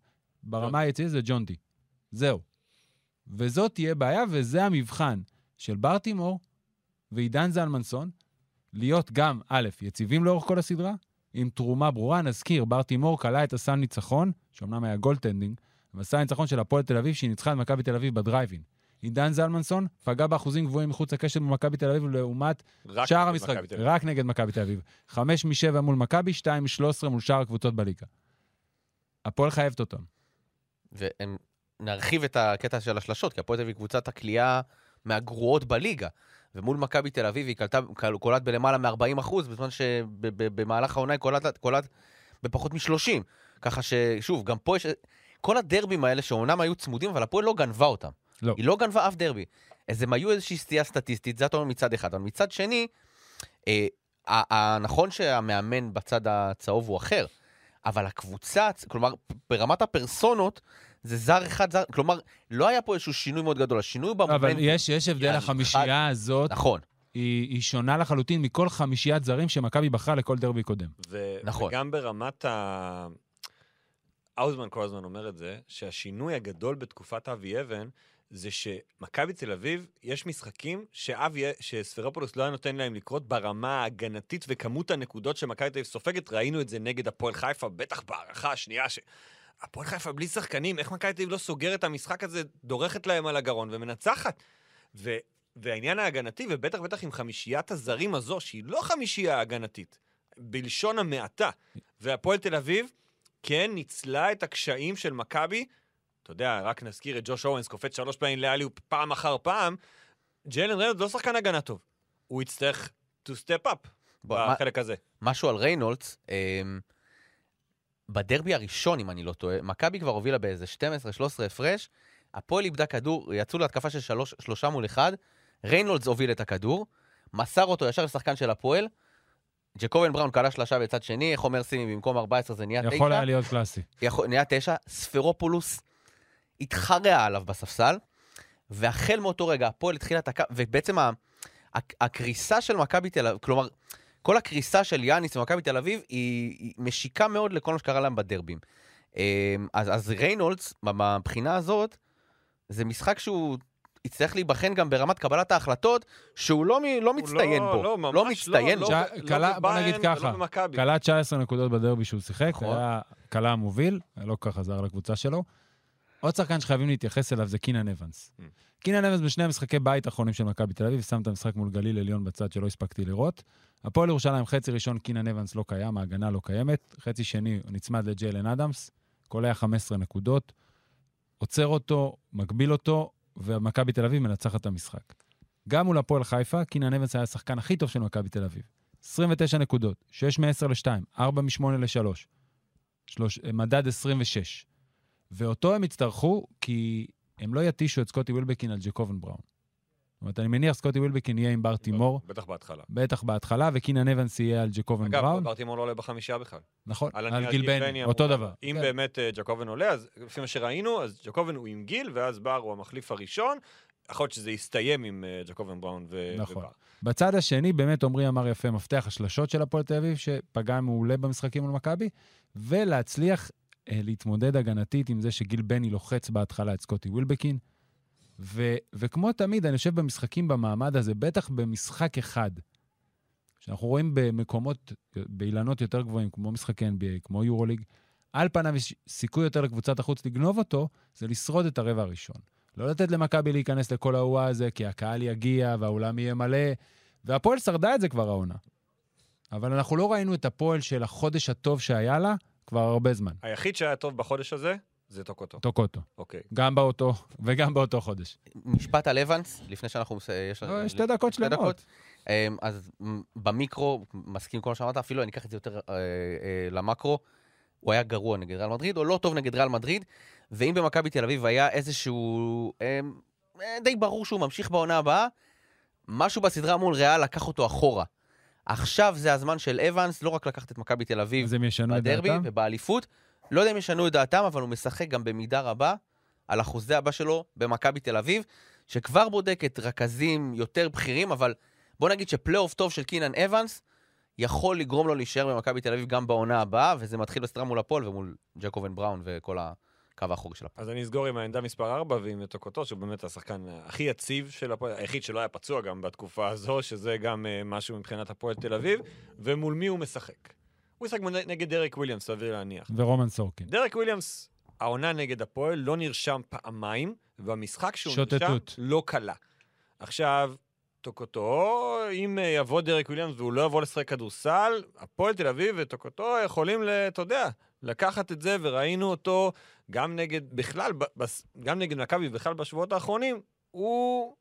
Speaker 2: ברמה היציאה זה ג'ונדי. זהו. וזאת תהיה בעיה, וזה המבחן של ברטימור ועידן זלמנסון, להיות גם, א', יציבים לאורך כל הסדרה, עם תרומה ברורה. נזכיר, ברטימור כלא את הסל ניצחון, שאומנם היה גולדטנדינג, אבל הסל ניצחון של הפועל תל אביב, שהיא ניצחה את מכבי תל אביב בדרייבין. עידן זלמנסון פגע באחוזים גבוהים מחוץ לקשת במכבי תל אביב, לעומת
Speaker 3: רק
Speaker 2: שער
Speaker 3: נגד
Speaker 2: המשחק,
Speaker 3: מכבי תל אביב.
Speaker 2: רק נגד מכבי תל אביב. חמש משבע מול מכבי, שתיים משלוש עשרה מול שאר הקבוצות בליגה. הפועל חייבת אותם.
Speaker 4: והם... נרחיב את הקטע של השלשות, כי הפועל תל אביב היא קבוצת הכלייה מהגרועות בליגה. ומול מכבי תל אביב היא קלטה, קל- קולעת בלמעלה מ-40 אחוז, בזמן שבמהלך העונה היא קולעת, קולעת בפחות מ-30. ככה ששוב, גם פה יש... כל הדרבים האלה שאומנם היו צמודים, אבל הפועל לא גנבה אותם.
Speaker 2: לא.
Speaker 4: היא לא גנבה אף דרבי. אז הם היו איזושהי סטייה סטטיסטית, זה אתה אומר מצד אחד. אבל מצד שני, אה, ה- ה- נכון שהמאמן בצד הצהוב הוא אחר, אבל הקבוצה, הצ- כלומר, ברמת הפרסונות, זה זר אחד, זר, כלומר, לא היה פה איזשהו שינוי מאוד גדול, השינוי במומנט...
Speaker 2: אבל
Speaker 3: אוקיי.
Speaker 2: יש, יש הבדל,
Speaker 4: יאללה,
Speaker 2: החמישייה הזאת
Speaker 4: נכון,
Speaker 2: היא, היא שונה לחלוטין מכל חמישיית זרים שמכבי בחרה לכל דרבי קודם.
Speaker 3: ו-
Speaker 4: נכון.
Speaker 3: וגם ברמת ה... האוזמן כל הזמן אומר את זה, שהשינוי הגדול בתקופת אבי אבן, זה שמכבי תל אביב, יש משחקים שאבי, שספירופולוס לא היה נותן להם לקרות ברמה ההגנתית וכמות הנקודות שמכבי תל אביב סופגת, ראינו את זה נגד הפועל חיפה, בטח בהערכה השנייה ש... הפועל חיפה בלי שחקנים, איך מכבי תל אביב לא סוגרת את המשחק הזה, דורכת להם על הגרון ומנצחת. ו... והעניין ההגנתי, ובטח בטח עם חמישיית הזרים הזו, שהיא לא חמישייה הגנתית, בלשון המעטה. והפועל תל אביב כן ניצלה את הקשיים של מכבי. אתה יודע, רק נזכיר את ג'וש אורנס, קופץ שלוש פעמים לאלי פעם אחר פעם. ג'יילן רנד לא שחקן הגנה טוב. הוא יצטרך to step up
Speaker 4: בוא,
Speaker 2: אה,
Speaker 4: מה- לא
Speaker 3: בחלק הזה.
Speaker 4: משהו על ריינולדס, אמ, בדרבי הראשון, אם אני לא טועה, מכבי כבר הובילה באיזה 12-13 הפרש, הפועל איבדה כדור, יצאו להתקפה של שלוש, שלושה מול אחד, ריינולדס הוביל את הכדור, מסר אותו ישר לשחקן של הפועל, ג'קובן בראון קלע שלושה בצד שני, איך אומר סימי, במקום 14 זה נהיה 9.
Speaker 2: יכול היה להיות קלאסי.
Speaker 4: יכול- נהיה תשע, ספירופולוס התחרע עליו בספסל, והחל מאותו רגע הפועל התחילה את הקו, ובעצם ה- הק- הקריסה של מכבי תל אביב, כלומר, כל הקריסה של יאניס ומכבי תל אביב היא, היא משיקה מאוד לכל מה שקרה להם בדרבים. אמ, אז, אז ריינולדס, מבחינה הזאת, זה משחק שהוא יצטרך להיבחן גם ברמת קבלת ההחלטות, שהוא לא, מ- לא מצטיין
Speaker 3: לא-
Speaker 4: בו.
Speaker 3: לא, ממש
Speaker 4: מצטיין
Speaker 3: לא,
Speaker 4: בו.
Speaker 2: שע-
Speaker 3: לא
Speaker 2: כלה- בוא
Speaker 3: בביירן
Speaker 2: נגיד
Speaker 3: ולא
Speaker 2: ככה,
Speaker 3: במכבי. לא,
Speaker 2: כלה 19 נקודות בדרבי שהוא שיחק,
Speaker 4: נכון.
Speaker 2: היה כלה המוביל, לא כל כך עזר לקבוצה שלו. עוד שחקן שחייבים להתייחס אליו זה קינן אבנס.
Speaker 3: Mm.
Speaker 2: קינן אבנס בשני המשחקי בית האחרונים של מכבי תל אביב, שם את המשחק מול גליל עליון בצד שלא הספקתי לראות. הפועל ירושלים, חצי ראשון קינן אבנס לא קיים, ההגנה לא קיימת. חצי שני הוא נצמד לג'יילן אדמס, קולע 15 נקודות, עוצר אותו, מגביל אותו, ומכבי תל אביב מנצחת את המשחק. גם מול הפועל חיפה, קינן אבנס היה השחקן הכי טוב של מכבי תל אביב. 29 נקודות, אה, 6 מ-10 ל-2, 4 מ-8 ל-3, מדד 26. ואותו הם יצטרכו, כי הם לא יתישו את סקוטי ווילבקין על ג'קובן בראון. זאת אומרת, אני מניח סקוטי ווילבקין יהיה עם בר
Speaker 3: לא-
Speaker 2: תימור,
Speaker 3: בטח בהתחלה.
Speaker 2: בטח בהתחלה, וקינן אבנס יהיה על ג'קובן
Speaker 3: אגב,
Speaker 2: בראון.
Speaker 3: ברטימור לא עולה בחמישייה בכלל.
Speaker 2: נכון,
Speaker 3: על
Speaker 2: על
Speaker 3: הנייר
Speaker 2: גיל בני,
Speaker 3: בני
Speaker 2: אותו
Speaker 3: אמור-
Speaker 2: דבר.
Speaker 3: אם
Speaker 2: כן.
Speaker 3: באמת אה, ג'קובן עולה, אז לפי מה שראינו, אז ג'קובן הוא עם גיל, ואז בר הוא המחליף הראשון. יכול להיות שזה יסתיים עם אה, ג'קובן בראון ו-
Speaker 2: נכון.
Speaker 3: ובר.
Speaker 2: בצד השני, באמת עמרי אמר יפה, מפתח השלשות של הפועל תל אביב, שפגע מעולה במשחקים מול מכבי, ולהצליח אה, להתמודד הגנתית עם זה שגיל בני לוחץ בהתחלה את סקוטי ווילבקין. ו, וכמו תמיד, אני חושב במשחקים במעמד הזה, בטח במשחק אחד, שאנחנו רואים במקומות, באילנות יותר גבוהים, כמו משחקי NBA, כמו יורוליג, על פניו יש סיכוי יותר לקבוצת החוץ לגנוב אותו, זה לשרוד את הרבע הראשון. לא לתת למכבי להיכנס לכל האירוע הזה, כי הקהל יגיע והאולם יהיה מלא, והפועל שרדה את זה כבר העונה. אבל אנחנו לא ראינו את הפועל של החודש הטוב שהיה לה כבר הרבה זמן.
Speaker 3: היחיד שהיה טוב בחודש הזה, זה טוקוטו.
Speaker 2: טוקוטו,
Speaker 3: אוקיי.
Speaker 2: גם באותו וגם באותו חודש.
Speaker 4: משפט על אבנס, לפני שאנחנו... מס- יש לנו-
Speaker 2: לא, שתי דקות
Speaker 4: שתי
Speaker 2: שלמות.
Speaker 4: אמ, אז מ- במיקרו, מסכים עם כל מה שאמרת, אפילו אני אקח את זה יותר אה, אה, למקרו, הוא היה גרוע נגד ריאל מדריד, או לא טוב נגד ריאל מדריד, ואם במכבי תל אביב היה איזשהו... אמ, אה, די ברור שהוא ממשיך בעונה הבאה, משהו בסדרה מול ריאל לקח אותו אחורה. עכשיו זה הזמן של אבנס, לא רק לקחת את מכבי תל אביב
Speaker 2: אז הם ישנו את
Speaker 4: בדרבי
Speaker 2: דעתם.
Speaker 4: ובאליפות. לא יודע אם ישנו את דעתם, אבל הוא משחק גם במידה רבה על החוזה הבא שלו במכבי תל אביב, שכבר בודקת רכזים יותר בכירים, אבל בוא נגיד שפלייאוף טוב של קינן אבנס יכול לגרום לו להישאר במכבי תל אביב גם בעונה הבאה, וזה מתחיל בסדרה מול הפועל ומול ג'קובן בראון וכל הקו האחורי של הפועל.
Speaker 3: אז אני אסגור עם העמדה מספר 4 ועם טוקוטו, שהוא באמת השחקן הכי יציב של הפועל, היחיד שלא היה פצוע גם בתקופה הזו, שזה גם אה, משהו מבחינת הפועל תל אביב, ומול מי הוא משחק. הוא משחק מול- נגד דרק וויליאמס, סביר להניח.
Speaker 2: ורומן סורקין.
Speaker 3: דרק וויליאמס, העונה נגד הפועל, לא נרשם פעמיים, והמשחק שהוא נרשם
Speaker 2: שוטטות.
Speaker 3: לא קלה. עכשיו, טוקוטו, אם אה, יבוא דרק וויליאמס והוא לא יבוא לשחק כדורסל, הפועל תל אביב וטוקוטו יכולים, ל- אתה יודע, לקחת את זה, וראינו אותו גם נגד, בכלל, ב- בס- גם נגד מכבי, בכלל בשבועות האחרונים, הוא...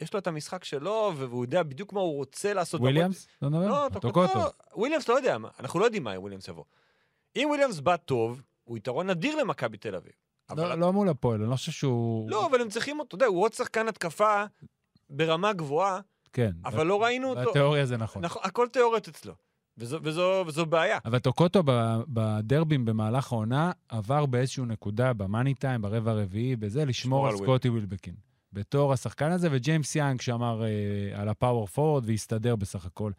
Speaker 3: יש לו את המשחק שלו, והוא יודע בדיוק מה הוא רוצה לעשות.
Speaker 2: וויליאמס? לא נדבר?
Speaker 3: לא, טוקוטו. וויליאמס לא יודע, מה- אנחנו לא יודעים מה וויליאמס יבוא. אם וויליאמס בא טוב, הוא יתרון אדיר למכבי תל אביב. אבל-
Speaker 2: לא- לא מול הפועל, אני לא חושב שהוא...
Speaker 3: לא, אבל הם צריכים אותו, אתה יודע, הוא עוד שחקן התקפה ברמה גבוהה,
Speaker 2: כן.
Speaker 3: אבל לא ראינו אותו.
Speaker 2: בתיאוריה זה נכון.
Speaker 3: נכון, הכל תיאוריות אצלו. וזו- וזו וזו בעיה.
Speaker 2: אבל טוקוטו ב- בדרבים במהלך העונה עבר באיזשהו נקודה, במאני טיים, ברבע הרביעי, בזה, לשמור
Speaker 3: לשמור
Speaker 2: על
Speaker 3: על
Speaker 2: סקוטי ווילבקין. בתור השחקן הזה, וג'יימס יאנג שאמר אה, על הפאוור פורד והסתדר בסך הכל.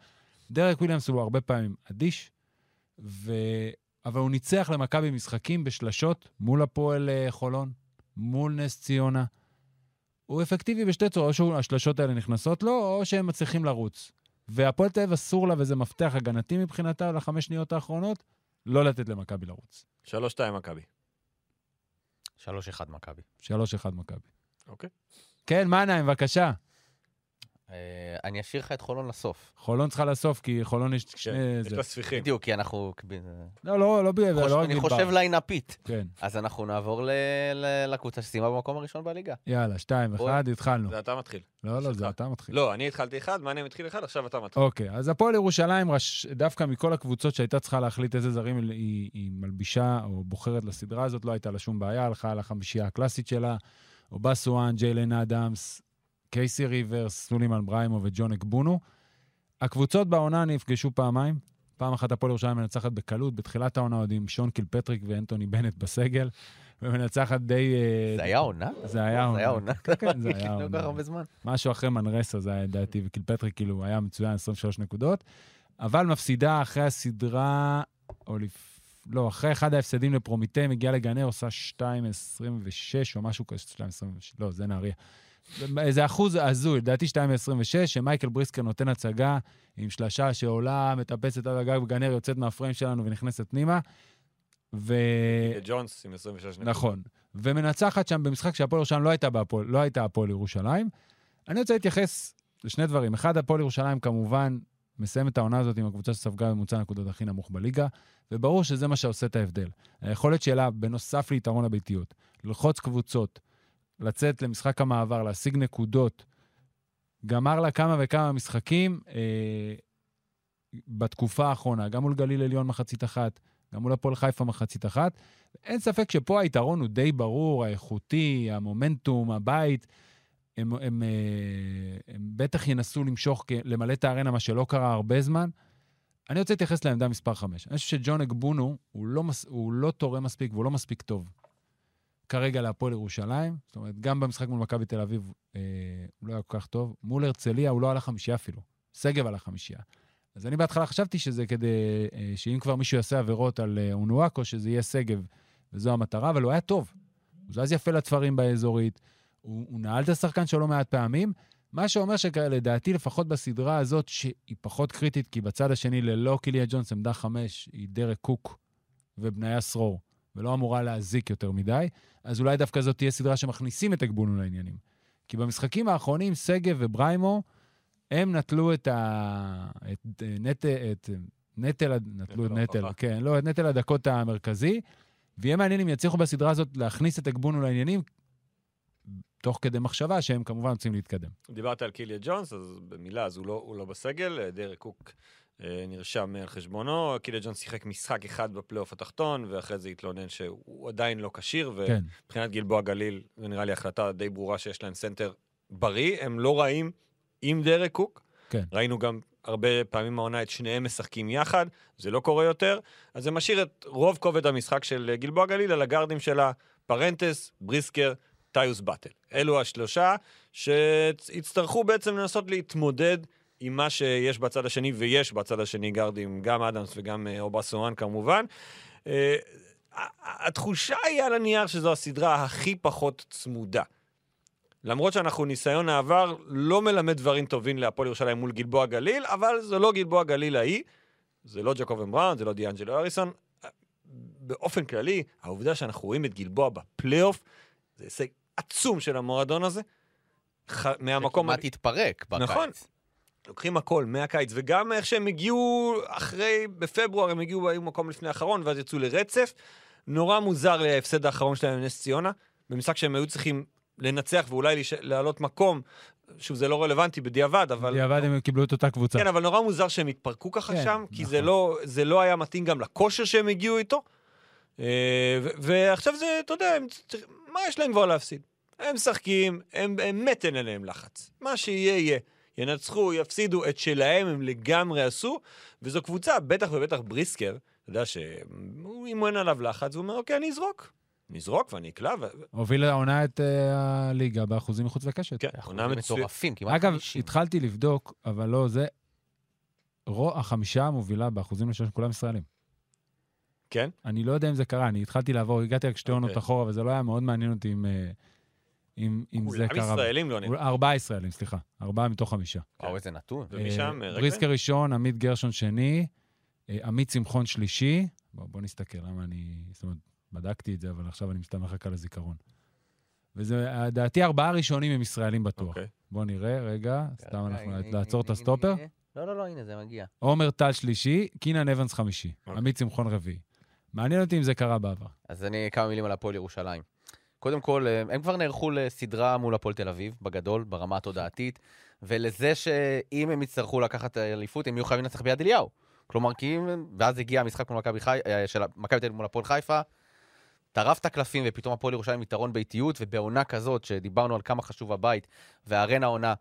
Speaker 2: דרק וויליאמס הוא הרבה פעמים אדיש, ו... אבל הוא ניצח למכבי משחקים בשלשות מול הפועל אה, חולון, מול נס ציונה. הוא אפקטיבי בשתי צורות, או שהשלשות האלה נכנסות לו, או שהם מצליחים לרוץ. והפועל תל אביב אסור לה, וזה מפתח הגנתי מבחינתה לחמש שניות האחרונות, לא לתת למכבי לרוץ.
Speaker 3: 3-2 מכבי.
Speaker 4: 3-1 מכבי.
Speaker 2: 3-1 מכבי.
Speaker 3: אוקיי.
Speaker 2: כן, מנהיים, בבקשה.
Speaker 4: אה, אני אשאיר לך את חולון לסוף.
Speaker 2: חולון צריכה לסוף, כי חולון יש
Speaker 3: כן,
Speaker 2: שני...
Speaker 3: יש
Speaker 2: אה, זה.
Speaker 3: לה ספיחים.
Speaker 4: בדיוק, כי אנחנו...
Speaker 2: לא, לא, לא ב... לא
Speaker 4: אני
Speaker 2: רגיל
Speaker 4: חושב
Speaker 2: בר.
Speaker 4: ליינאפית.
Speaker 2: כן,
Speaker 4: אז אנחנו נעבור ל- ל- לקבוצה שסיימה במקום הראשון בליגה.
Speaker 2: יאללה, שתיים,
Speaker 4: בוא.
Speaker 2: אחד, התחלנו.
Speaker 3: זה אתה מתחיל.
Speaker 2: לא, לא, זה
Speaker 3: שלך.
Speaker 2: אתה מתחיל.
Speaker 3: לא, אני התחלתי אחד, מעניין התחיל אחד, עכשיו אתה מתחיל.
Speaker 2: אוקיי, אז הפועל ירושלים, רש... דווקא מכל הקבוצות שהייתה צריכה להחליט איזה זרים היא, היא, היא מלבישה או בוחרת לסדרה הזאת, לא הייתה לה שום בעיה, הלכה על החמישייה הקלאסית שלה, אובסואן, ג'יילן אדמס, קייסי ריברס, סולימן בריימו וג'ונק בונו. הקבוצות בעונה נפגשו פעמיים. פעם אחת הפועל ירושלים מנצחת בקלות, בתחילת העונה עוד עם שון קילפטריק ואנטוני בנט בסגל, ומנצחת די... אה,
Speaker 4: זה היה עונה?
Speaker 2: זה היה
Speaker 4: זה היה עונה.
Speaker 2: כן, כן, זה היה
Speaker 4: לפני כל
Speaker 2: עונה.
Speaker 4: כך הרבה זמן.
Speaker 2: משהו אחרי מנרסה זה היה לדעתי, וקילפטריק כאילו היה מצוין, 23 נקודות, אבל מפסידה אחרי הסדרה, או לפ... לא, אחרי אחד ההפסדים לפרומיטי, מגיעה לגנה, עושה 2.26 או משהו כזה, 2.26, לא, זה נהריה. זה אחוז הזוי, לדעתי 2.26, שמייקל בריסקר נותן הצגה עם שלשה שעולה, מטפסת על הגג וגנר יוצאת מהפריים שלנו ונכנסת פנימה. ו...
Speaker 3: ג'ונס עם 26 נקודות.
Speaker 2: נכון. ומנצחת שם במשחק שהפועל ירושלים לא הייתה בהפועל, לא הייתה הפועל ירושלים. אני רוצה להתייחס לשני דברים. אחד, הפועל ירושלים כמובן מסיים את העונה הזאת עם הקבוצה שספגה ממוצע הנקודות הכי נמוך בליגה, וברור שזה מה שעושה את ההבדל. היכולת שלה, בנוסף ליתרון הביתיות, ללחוץ קבוצות, לצאת למשחק המעבר, להשיג נקודות, גמר לה כמה וכמה משחקים אה, בתקופה האחרונה, גם מול גליל עליון מחצית אחת, גם מול הפועל חיפה מחצית אחת. אין ספק שפה היתרון הוא די ברור, האיכותי, המומנטום, הבית. הם, הם, הם, הם בטח ינסו למשוך, כ- למלא את הארנה, מה שלא קרה הרבה זמן. אני רוצה להתייחס לעמדה מספר 5. אני חושב שג'ון אגבונו, הוא לא, מס, הוא לא תורם מספיק והוא לא מספיק טוב כרגע להפועל ירושלים. זאת אומרת, גם במשחק מול מכבי תל אביב אה, הוא לא היה כל כך טוב. מול הרצליה הוא לא עלה חמישייה אפילו. שגב עלה חמישייה. אז אני בהתחלה חשבתי שזה כדי, אה, שאם כבר מישהו יעשה עבירות על אה, אונואקו, שזה יהיה שגב, וזו המטרה, אבל הוא היה טוב. הוא זז יפה לתפרים באזורית, הוא, הוא נעל את השחקן שלו לא מעט פעמים, מה שאומר שלדעתי, לפחות בסדרה הזאת, שהיא פחות קריטית, כי בצד השני, ללא קיליה ג'ונס, עמדה חמש, היא דרק קוק ובניה סרור, ולא אמורה להזיק יותר מדי, אז אולי דווקא זאת תהיה סדרה שמכניסים את הגבולנו לעניינים. כי במשחקים האחרונים, שגב ובריימו, הם נטלו את ה... את אה, נט... את אה, נטל... ה- נטלו את
Speaker 3: נטל
Speaker 2: נטל,
Speaker 3: ההוכחה.
Speaker 2: כן, לא, את נטל הדקות המרכזי, ויהיה מעניין אם יצליחו בסדרה הזאת להכניס את הגבולנו לעניינים, תוך כדי מחשבה שהם כמובן רוצים להתקדם.
Speaker 3: דיברת על קיליה ג'ונס, אז במילה, אז הוא לא, הוא לא בסגל, אה, דרק קוק אה, נרשם על חשבונו, קיליה ג'ונס שיחק משחק אחד בפלייאוף התחתון, ואחרי זה התלונן שהוא עדיין לא כשיר,
Speaker 2: כן.
Speaker 3: ומבחינת גלבוע גליל, זו נראה לי החלטה די ברורה שיש להם סנטר בריא, הם לא רעים עם דרק קוק.
Speaker 2: כן.
Speaker 3: ראינו גם הרבה פעמים העונה את שניהם משחקים יחד, זה לא קורה יותר, אז זה משאיר את רוב כובד המשחק של אה, גלבוע גליל על הגארדים שלה, פרנטס, בריסקר, טיוס באטל. אלו השלושה שיצטרכו בעצם לנסות להתמודד עם מה שיש בצד השני, ויש בצד השני גארדים, גם אדמס וגם אה, אובסואן כמובן. אה, ה- התחושה היא על הנייר שזו הסדרה הכי פחות צמודה. למרות שאנחנו, ניסיון העבר לא מלמד דברים טובים להפועל ירושלים מול גלבוע גליל, אבל זה לא גלבוע גליל ההיא, זה לא ג'קובן בראון, זה לא דיאנג'לו אריסון. אה, באופן כללי, העובדה שאנחנו רואים את גלבוע בפלייאוף, זה הישג עצום של המועדון הזה. ח... מהמקום...
Speaker 4: כמעט התפרק בקיץ.
Speaker 3: נכון. לוקחים הכל מהקיץ, וגם איך שהם הגיעו אחרי, בפברואר הם הגיעו, היו מקום לפני האחרון, ואז יצאו לרצף. נורא מוזר ההפסד האחרון שלהם לנס ציונה, במשחק שהם היו צריכים לנצח ואולי לש... לעלות מקום. שוב, זה לא רלוונטי בדיעבד, אבל...
Speaker 2: בדיעבד הם קיבלו את אותה קבוצה.
Speaker 3: כן, אבל נורא מוזר שהם התפרקו ככה
Speaker 2: כן,
Speaker 3: שם, כי זה
Speaker 2: נכון.
Speaker 3: לא, זה לא היה מתאים גם לכושר שהם הגיעו איתו. אה, ו- ועכשיו זה, אתה יודע, הם צריכים- מה יש להם כבר להפסיד? הם משחקים, הם באמת אין עליהם לחץ. מה שיהיה, יהיה. ינצחו, יפסידו, את שלהם הם לגמרי עשו, וזו קבוצה, בטח ובטח בריסקר, אתה יודע שאם אין עליו לחץ, הוא אומר, אוקיי, אני אזרוק. אני אזרוק ואני אקלע, ו-
Speaker 2: הובילה העונה את אה, הליגה באחוזים מחוץ לקשת.
Speaker 3: כן,
Speaker 4: אנחנו
Speaker 3: עונה
Speaker 4: נראים
Speaker 3: מצוינת.
Speaker 4: מטורפים, כמעט
Speaker 2: אגב,
Speaker 4: 50.
Speaker 2: התחלתי לבדוק, אבל לא זה. רו, החמישה המובילה באחוזים לשלוש, כולם ישראלים.
Speaker 3: כן?
Speaker 2: אני לא יודע אם זה קרה, אני התחלתי לעבור, הגעתי רק שתי עונות
Speaker 3: אוקיי.
Speaker 2: אחורה, וזה לא היה מאוד מעניין אותי אם, אה, אם, אם זה
Speaker 3: כולם
Speaker 2: קרה. אה,
Speaker 3: ישראלים לא נראים.
Speaker 2: אולי- ארבעה ישראלים, סליחה. ארבעה מתוך חמישה.
Speaker 4: וואו, איזה נתון.
Speaker 3: ומשם,
Speaker 2: אה,
Speaker 3: רגע,
Speaker 2: בריסקר ראשון, עמית גרשון שני, אה, עמית שמחון שלישי. בוא, בוא נסתכל, למה אני... זאת אומרת, בדקתי את זה, אבל עכשיו אני מסתמך רק על הזיכרון. וזה, אה, דעתי, ארבעה ראשונים הם ישראלים בטוח.
Speaker 3: אוקיי.
Speaker 2: בוא נראה, רגע, סתם
Speaker 4: רגע,
Speaker 2: אנחנו
Speaker 4: הנה, הנה,
Speaker 2: נעצור את
Speaker 4: הנה,
Speaker 2: הסטופר.
Speaker 4: הנה. לא, לא, לא, הנה, זה מגיע.
Speaker 2: עומר טל שלישי, קינן אבנס חמישי,
Speaker 3: אוקיי.
Speaker 2: עמית שמחון רביעי. מעניין אותי אם זה קרה בעבר.
Speaker 4: אז אני כמה מילים על הפועל ירושלים. קודם כל, אה, הם כבר נערכו לסדרה מול הפועל תל אביב, בגדול, ברמה התודעתית, ולזה שאם הם יצטרכו לקחת אליפות, הם יהיו חייבים לנצח ביד אליהו. כלומר, כי אם... ואז הגיע המשחק מול מכבי חי... אה, של מכבי תל אביב מול הפועל חיפה, טרף את הקלפים, ופתאום הפועל ירושלים יתרון ביתיות, ובעונה כזאת, שדיברנו על כמה חשוב הבית, והארנה עונה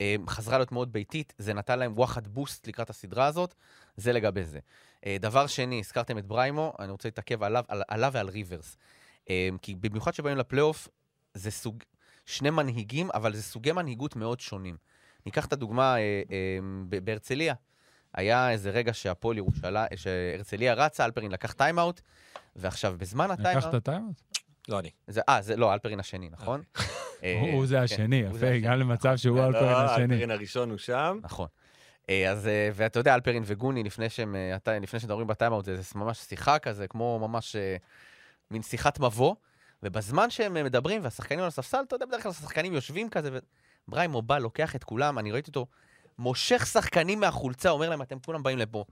Speaker 4: אה, חזרה להיות מאוד ביתית, זה נתן להם וואחד בוסט לקראת הסדרה הזאת, זה לגבי זה. אה, דבר שני, הזכרתם את בריימו, אני רוצה להתעכב עליו, על, עליו ועל ריברס. אה, כי במיוחד כשבאים לפלייאוף, זה סוג, שני מנהיגים, אבל זה סוגי מנהיגות מאוד שונים. ניקח את הדוגמה אה, אה, ב- בהרצליה. היה איזה רגע שהפועל ירושלים, שהרצליה רצה, אלפרין לקח טיימאוט, ועכשיו, בזמן הטיימאוט...
Speaker 2: לקחת טיימאוט?
Speaker 3: לא אני.
Speaker 4: זה, אה, זה לא, אלפרין השני, נכון? אה,
Speaker 2: אוקיי. הוא זה
Speaker 4: כן,
Speaker 2: השני,
Speaker 4: הוא זה
Speaker 2: יפה,
Speaker 4: השני.
Speaker 2: הגענו למצב שהוא
Speaker 3: לא,
Speaker 2: אלפרין השני.
Speaker 3: האלפרין הראשון הוא שם.
Speaker 4: נכון. אה, אז, אה, ואתה יודע, אלפרין וגוני, לפני שהם, אה, הטי- לפני שמדברים בטיימאוט, זה זה ממש שיחה כזה, כמו ממש אה, מין שיחת מבוא, ובזמן שהם אה, מדברים, והשחקנים על הספסל, אתה יודע, בדרך כלל השחקנים יושבים כזה, ובריימו בא, לוקח את כולם, אני ראיתי אותו, מושך שחקנים מהחולצה, אומר להם, אתם כולם באים לפה,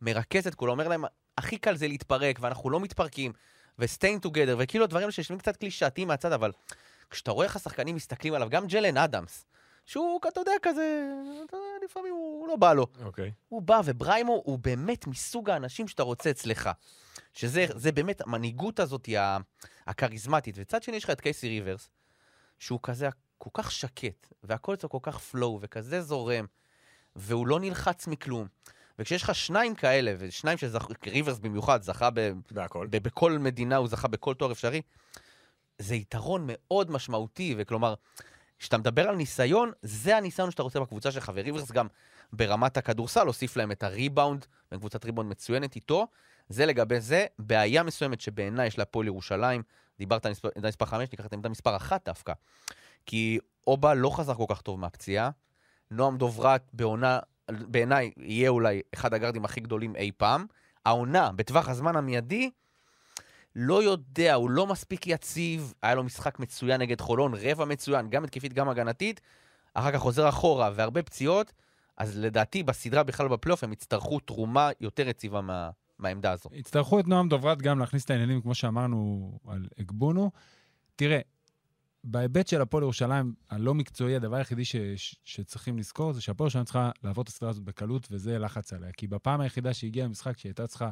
Speaker 4: מרכז את כולם, אומר להם, הכי קל זה להתפרק, ואנחנו לא מתפרקים, ו-staying together, וכאילו הדברים שיושבים קצת קלישאתיים מהצד, אבל כשאתה רואה איך השחקנים מסתכלים עליו, גם ג'לן אדמס, שהוא, אתה יודע, כזה, אתה יודע, לפעמים הוא לא בא לו.
Speaker 3: אוקיי.
Speaker 4: הוא בא, ובריימו הוא באמת מסוג האנשים שאתה רוצה אצלך. שזה זה באמת המנהיגות הזאת ה- הכריזמטית. וצד שני יש לך את קייסי ריברס, שהוא כזה כל כך שקט, והכל אצלו כל כך פלואו, וכזה זורם, והוא לא נלחץ מכלום. וכשיש לך שניים כאלה, ושניים שזכו, ריברס במיוחד זכה ב,
Speaker 3: והכל.
Speaker 4: ב- בכל מדינה הוא זכה בכל תואר אפשרי, זה יתרון מאוד משמעותי, וכלומר, כשאתה מדבר על ניסיון, זה הניסיון שאתה רוצה בקבוצה שלך, וריברס גם ברמת הכדורסל הוסיף להם את הריבאונד, והם קבוצת ריבאונד מצוינת איתו. זה לגבי זה, בעיה מסוימת שבעיניי יש להפועל ירושלים, דיברת על מספר- עמדה מספר 5, ניקח את עמדה מספר 1 דווקא, כי אובה לא חזר כל כך טוב מהפציעה, נועם דוברת בעונה, בעיניי, יהיה אולי אחד הגארדים הכי גדולים אי פעם. העונה, בטווח הזמן המיידי, לא יודע, הוא לא מספיק יציב, היה לו משחק מצוין נגד חולון, רבע מצוין, גם התקפית, גם הגנתית, אחר כך חוזר אחורה והרבה פציעות, אז לדעתי בסדרה בכלל בפלייאוף הם יצטרכו תרומה יותר יציבה מה, מהעמדה הזו.
Speaker 2: יצטרכו את נועם דוברת גם להכניס את העניינים, כמו שאמרנו, על אגבונו. תראה, בהיבט של הפועל ירושלים הלא מקצועי, הדבר היחידי ש, ש, שצריכים לזכור זה שהפועל ירושלים צריכה לעבור את הסדרה הזאת בקלות, וזה לחץ עליה. כי בפעם היחידה שהגיעה למשחק שהיא הייתה צריכה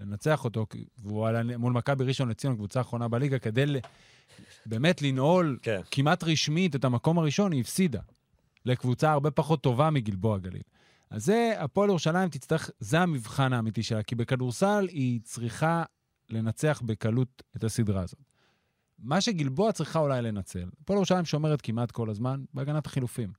Speaker 2: לנצח אותו, כי- והוא עלה מול מכבי ראשון לציון, קבוצה האחרונה בליגה, כדי ל- באמת לנעול
Speaker 3: כן.
Speaker 2: כמעט רשמית את המקום הראשון, היא הפסידה. לקבוצה הרבה פחות טובה מגלבוע גליל. אז זה, הפועל ירושלים תצטרך, זה המבחן האמיתי שלה, כי בכדורסל היא צריכה לנצח בקלות את הסדרה הזאת. מה שגלבוע צריכה אולי לנצל, הפועל ירושלים שומרת כמעט כל הזמן בהגנת החילופים.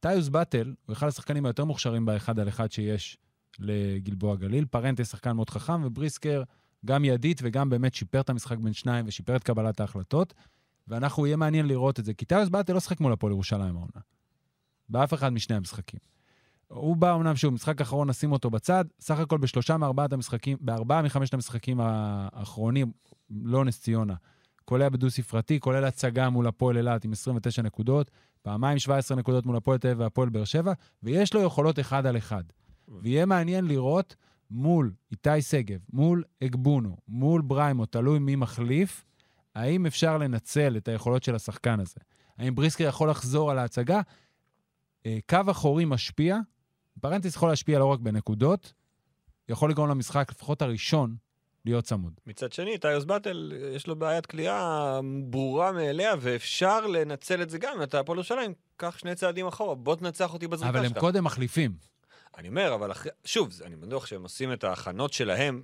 Speaker 2: טיוס באטל הוא אחד השחקנים היותר מוכשרים באחד על אחד שיש לגלבוע גליל. פרנטה שחקן מאוד חכם, ובריסקר גם ידית וגם באמת שיפר את המשחק בין שניים ושיפר את קבלת ההחלטות. ואנחנו, יהיה מעניין לראות את זה, כי טיוס באטל לא שחק מול הפועל ירושלים העונה. באף אחד משני המשחקים. הוא בא אמנם, שוב, משחק אחרון, נשים אותו בצד, סך הכל בשלושה מארבעת המשחקים, בארבעה מחמשת המשחקים האחרונים, לא נס ציונה, כולל בדו-ספרתי, כולל הצגה מול הפועל אילת עם 29 נקודות, פעמיים 17 נקודות מול הפועל תל אביב והפועל באר שבע, ויש לו יכולות אחד על אחד. ויהיה מעניין לראות מול איתי שגב, מול אגבונו, מול בריימו, תלוי מי מחליף, האם אפשר לנצל את היכולות של השחקן הזה? האם בריסקר יכול לחזור על ההצגה? אה, קו אחורי משפיע, פרנטיס יכול להשפיע לא רק בנקודות, יכול לגרום למשחק, לפחות הראשון, להיות צמוד.
Speaker 3: מצד שני, טיוס באטל, יש לו בעיית כליאה ברורה מאליה, ואפשר לנצל את זה גם. אתה הפועל ירושלים, קח שני צעדים אחורה, בוא תנצח אותי בזריקה
Speaker 2: אבל הם
Speaker 3: שלך.
Speaker 2: קודם מחליפים.
Speaker 3: אני אומר, אבל אחרי... שוב, זה- אני בטוח שהם עושים את ההכנות שלהם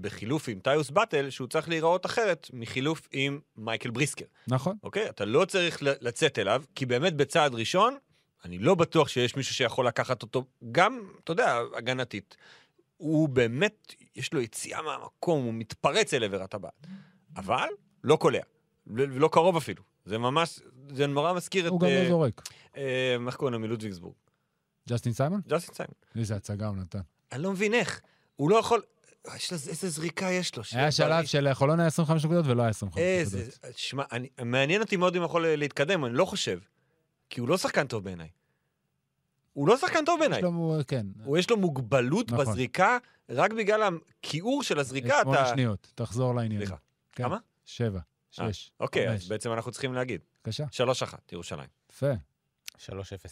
Speaker 3: בחילוף עם טיוס באטל, שהוא צריך להיראות אחרת מחילוף עם מייקל בריסקר,
Speaker 2: נכון.
Speaker 3: אוקיי? אתה לא צריך ל- לצאת אליו, כי באמת בצעד ראשון, אני לא בטוח שיש מישהו שיכול לקחת אותו, גם, אתה יודע, הגנתית. הוא באמת, יש לו יציאה מהמקום, הוא מתפרץ אל עבר הטבעת. אבל לא קולע, ו- ולא קרוב אפילו. זה ממש, זה נורא מזכיר את...
Speaker 2: הוא גם
Speaker 3: אה,
Speaker 2: לא זורק.
Speaker 3: אה, איך קוראים לו מלודוויגסבורג?
Speaker 2: ג'סטין סיימון?
Speaker 3: ג'סטין סיימון.
Speaker 2: איזה הצגה הוא נתן.
Speaker 3: אני לא מבין איך. הוא לא יכול... יש לו, איזה זריקה יש לו. שיהיה
Speaker 2: היה שלב
Speaker 3: בריא.
Speaker 2: של חולון היה 25 נקודות ולא היה 25
Speaker 3: איזה...
Speaker 2: נקודות.
Speaker 3: שמע, אני- מעניין אותי מאוד אם יכול להתקדם, אני לא חושב. כי הוא לא שחקן טוב בעיניי. הוא לא שחקן טוב בעיניי.
Speaker 2: יש לו, כן.
Speaker 3: הוא יש לו מוגבלות
Speaker 2: נכון.
Speaker 3: בזריקה, רק בגלל הכיעור של הזריקה
Speaker 2: שמונה
Speaker 3: אתה...
Speaker 2: שניות, תחזור לעניין.
Speaker 3: סליחה.
Speaker 2: כן.
Speaker 3: כמה?
Speaker 2: שבע, שש,
Speaker 3: אוקיי, אז
Speaker 2: חמש.
Speaker 3: בעצם אנחנו צריכים להגיד.
Speaker 2: בבקשה.
Speaker 3: 3-1, ירושלים.
Speaker 2: יפה.
Speaker 4: 3-0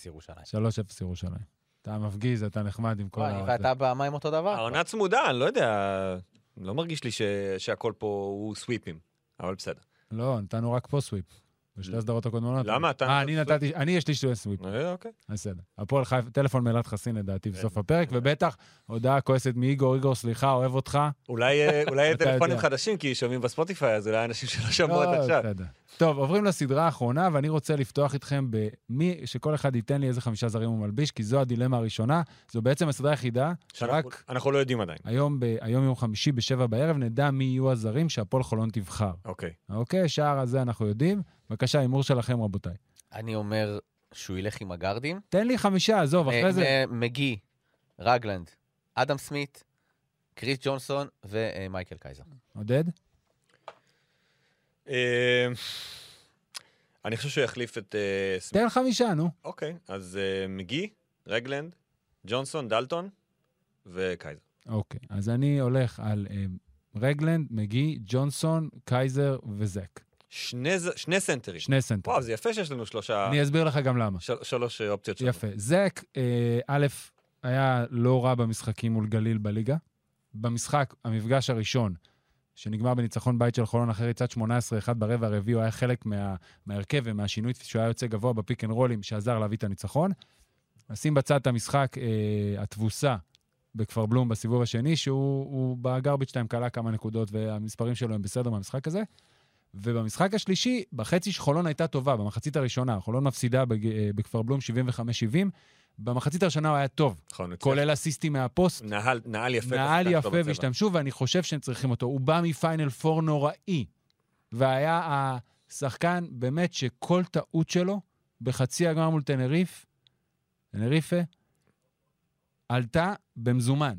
Speaker 4: ירושלים.
Speaker 2: 3-0 ירושלים. אתה מפגיז, אתה נחמד עם כל
Speaker 4: וואי, אני
Speaker 2: ה...
Speaker 4: ואתה פעמיים אותו
Speaker 2: אה.
Speaker 4: דבר.
Speaker 3: העונה צמודה, אני לא יודע, לא מרגיש לי ש- שהכל פה הוא סוויפים, אבל בסדר.
Speaker 2: לא, נתנו רק פה סוויפ. בשתי הסדרות הקודמות.
Speaker 3: למה אתה...
Speaker 2: אה, אני נתתי, אני יש לי שתי סוויפ.
Speaker 3: אה, אוקיי.
Speaker 2: בסדר. הפועל חיפה, טלפון מאלעד חסין לדעתי בסוף
Speaker 3: כן.
Speaker 2: הפרק, ובטח הודעה כועסת מאיגור, איגור, סליחה, אוהב אותך.
Speaker 3: אולי אה, אולי יהיה
Speaker 2: אתה
Speaker 3: טלפונים
Speaker 2: יודע.
Speaker 3: חדשים, כי שומעים בספוטיפיי, אז אולי אנשים שלא שמעו
Speaker 2: לא,
Speaker 3: עד עכשיו.
Speaker 2: בסדר. טוב, עוברים לסדרה האחרונה, ואני רוצה לפתוח איתכם במי, שכל אחד ייתן לי איזה חמישה זרים הוא מלביש, כי זו הדילמה הראשונה. זו בעצם הסדרה היחידה,
Speaker 3: שאנחנו-
Speaker 2: שרק
Speaker 3: אנחנו לא יודעים עדיין.
Speaker 2: היום, ב- היום יום חמישי בשבע בערב, נדע מי יהיו הזרים שהפועל חולון תבחר.
Speaker 3: אוקיי.
Speaker 2: אוקיי, שער הזה אנחנו יודעים. בבקשה, הימור שלכם, רבותיי.
Speaker 4: אני אומר שהוא ילך עם הגארדים.
Speaker 2: תן לי חמישה, עזוב, אחרי
Speaker 4: אה,
Speaker 2: זה.
Speaker 4: מ- מגי, רגלנד, אדם סמית, קריס ג'ונסון ומייקל קייזר.
Speaker 2: עודד?
Speaker 3: אה, אני חושב שהוא יחליף את... אה, סמ-
Speaker 2: תן חמישה, נו.
Speaker 3: אוקיי, אז אה, מגי, רגלנד, ג'ונסון, דלטון וקייזר.
Speaker 2: אוקיי, אז אני הולך על אה, רגלנד, מגי, ג'ונסון, קייזר וזק.
Speaker 3: שני ז- שני סנטרים.
Speaker 2: שני סנטרים.
Speaker 3: וואו, זה יפה שיש לנו שלושה...
Speaker 2: אני אסביר לך גם למה.
Speaker 3: של- שלוש אה, אופציות
Speaker 2: יפה. זה, אה, א', היה לא רע במשחקים מול גליל בליגה. במשחק, המפגש הראשון, שנגמר בניצחון בית של חולון אחרי ריצת 18-1 ברבע הרביעי, הוא היה חלק מה, מההרכב ומהשינוי שהוא היה יוצא גבוה בפיק אנד רולים, שעזר להביא את הניצחון. נשים בצד את המשחק, אה, התבוסה בכפר בלום בסיבוב השני, שהוא הוא בגרביץ' 2 כלה כמה נקודות, והמספרים שלו הם בסדר מהמשחק הזה. ובמשחק השלישי, בחצי שחולון הייתה טובה, במחצית הראשונה. חולון מפסידה בג... אה, בכפר בלום 75-70. במחצית הראשונה הוא היה טוב,
Speaker 3: נכון, הצליח.
Speaker 2: כולל אסיסטים מהפוסט.
Speaker 3: נעל, נעל יפה.
Speaker 2: נעל
Speaker 3: לשחקן
Speaker 2: יפה
Speaker 3: טוב בצבע.
Speaker 2: והשתמשו, ואני חושב שהם צריכים אותו. הוא בא מפיינל פור נוראי, והיה השחקן באמת שכל טעות שלו בחצי הגמר מול תנריף, תנריפה, עלתה במזומן.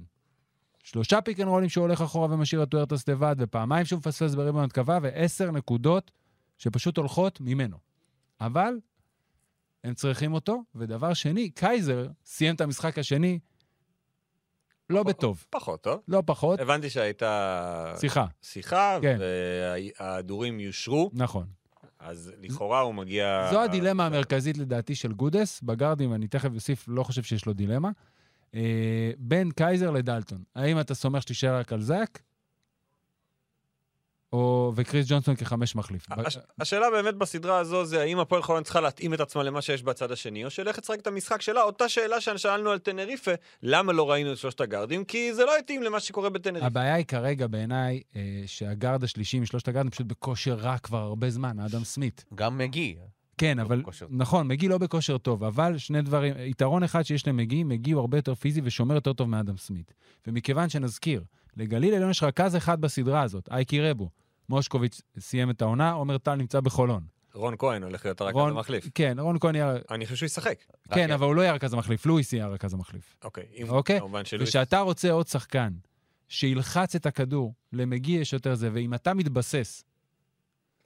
Speaker 2: שלושה פיק אנד רולים שהוא הולך אחורה ומשאיר את טוירטס לבד, ופעמיים שהוא מפספס בריבון התקפה, ועשר נקודות שפשוט הולכות ממנו. אבל הם צריכים אותו, ודבר שני, קייזר סיים את המשחק השני לא בטוב.
Speaker 3: פחות, טוב.
Speaker 2: לא פחות.
Speaker 3: הבנתי שהייתה
Speaker 2: שיחה,
Speaker 3: שיחה,
Speaker 2: כן.
Speaker 3: וההדורים יושרו,
Speaker 2: נכון.
Speaker 3: אז לכאורה הוא מגיע...
Speaker 2: זו הדילמה המרכזית לדעתי של גודס. בגארדים, אני תכף אוסיף, לא חושב שיש לו דילמה. אה, בין קייזר לדלטון, האם אתה סומך שתישאר רק על זאק? או... וקריס ג'ונסון כחמש מחליף. ב-
Speaker 3: הש- השאלה באמת בסדרה הזו זה האם הפועל חולון צריכה להתאים את עצמה למה שיש בצד השני, או שהולכת לשחק את המשחק שלה, אותה שאלה ששאלנו על טנריפה, למה לא ראינו את שלושת הגארדים? כי זה לא התאים למה שקורה בטנריפה.
Speaker 2: הבעיה היא כרגע בעיניי אה, שהגארד השלישי משלושת הגארדים פשוט בכושר רע כבר הרבה זמן, האדם סמית.
Speaker 4: גם מגי.
Speaker 2: כן,
Speaker 4: לא
Speaker 2: אבל...
Speaker 4: בכושר טוב.
Speaker 2: נכון, מגי לא בכושר טוב, אבל שני דברים, יתרון אחד שיש למגי, מגי הוא הרבה יותר פיזי ושומר יותר טוב מאדם סמית. ומכיוון שנזכיר, לגליל עליון יש רכז אחד בסדרה הזאת, אייקי רבו. מושקוביץ סיים את העונה, עומר טל נמצא בחולון.
Speaker 3: רון כהן הולך להיות הרכז
Speaker 2: רון-
Speaker 3: המחליף.
Speaker 2: כן, רון כהן יהיה...
Speaker 3: אני חושב שהוא ישחק.
Speaker 2: כן,
Speaker 4: רק-
Speaker 2: אבל הוא לא יהיה הרכז המחליף, לואיס יהיה הרכז המחליף.
Speaker 3: אוקיי. אם-
Speaker 2: אוקיי.
Speaker 3: כמובן שלא
Speaker 2: וכשאתה רוצה עוד שחקן שילחץ את הכדור, למגי יש יותר זה, ואם אתה מתבסס...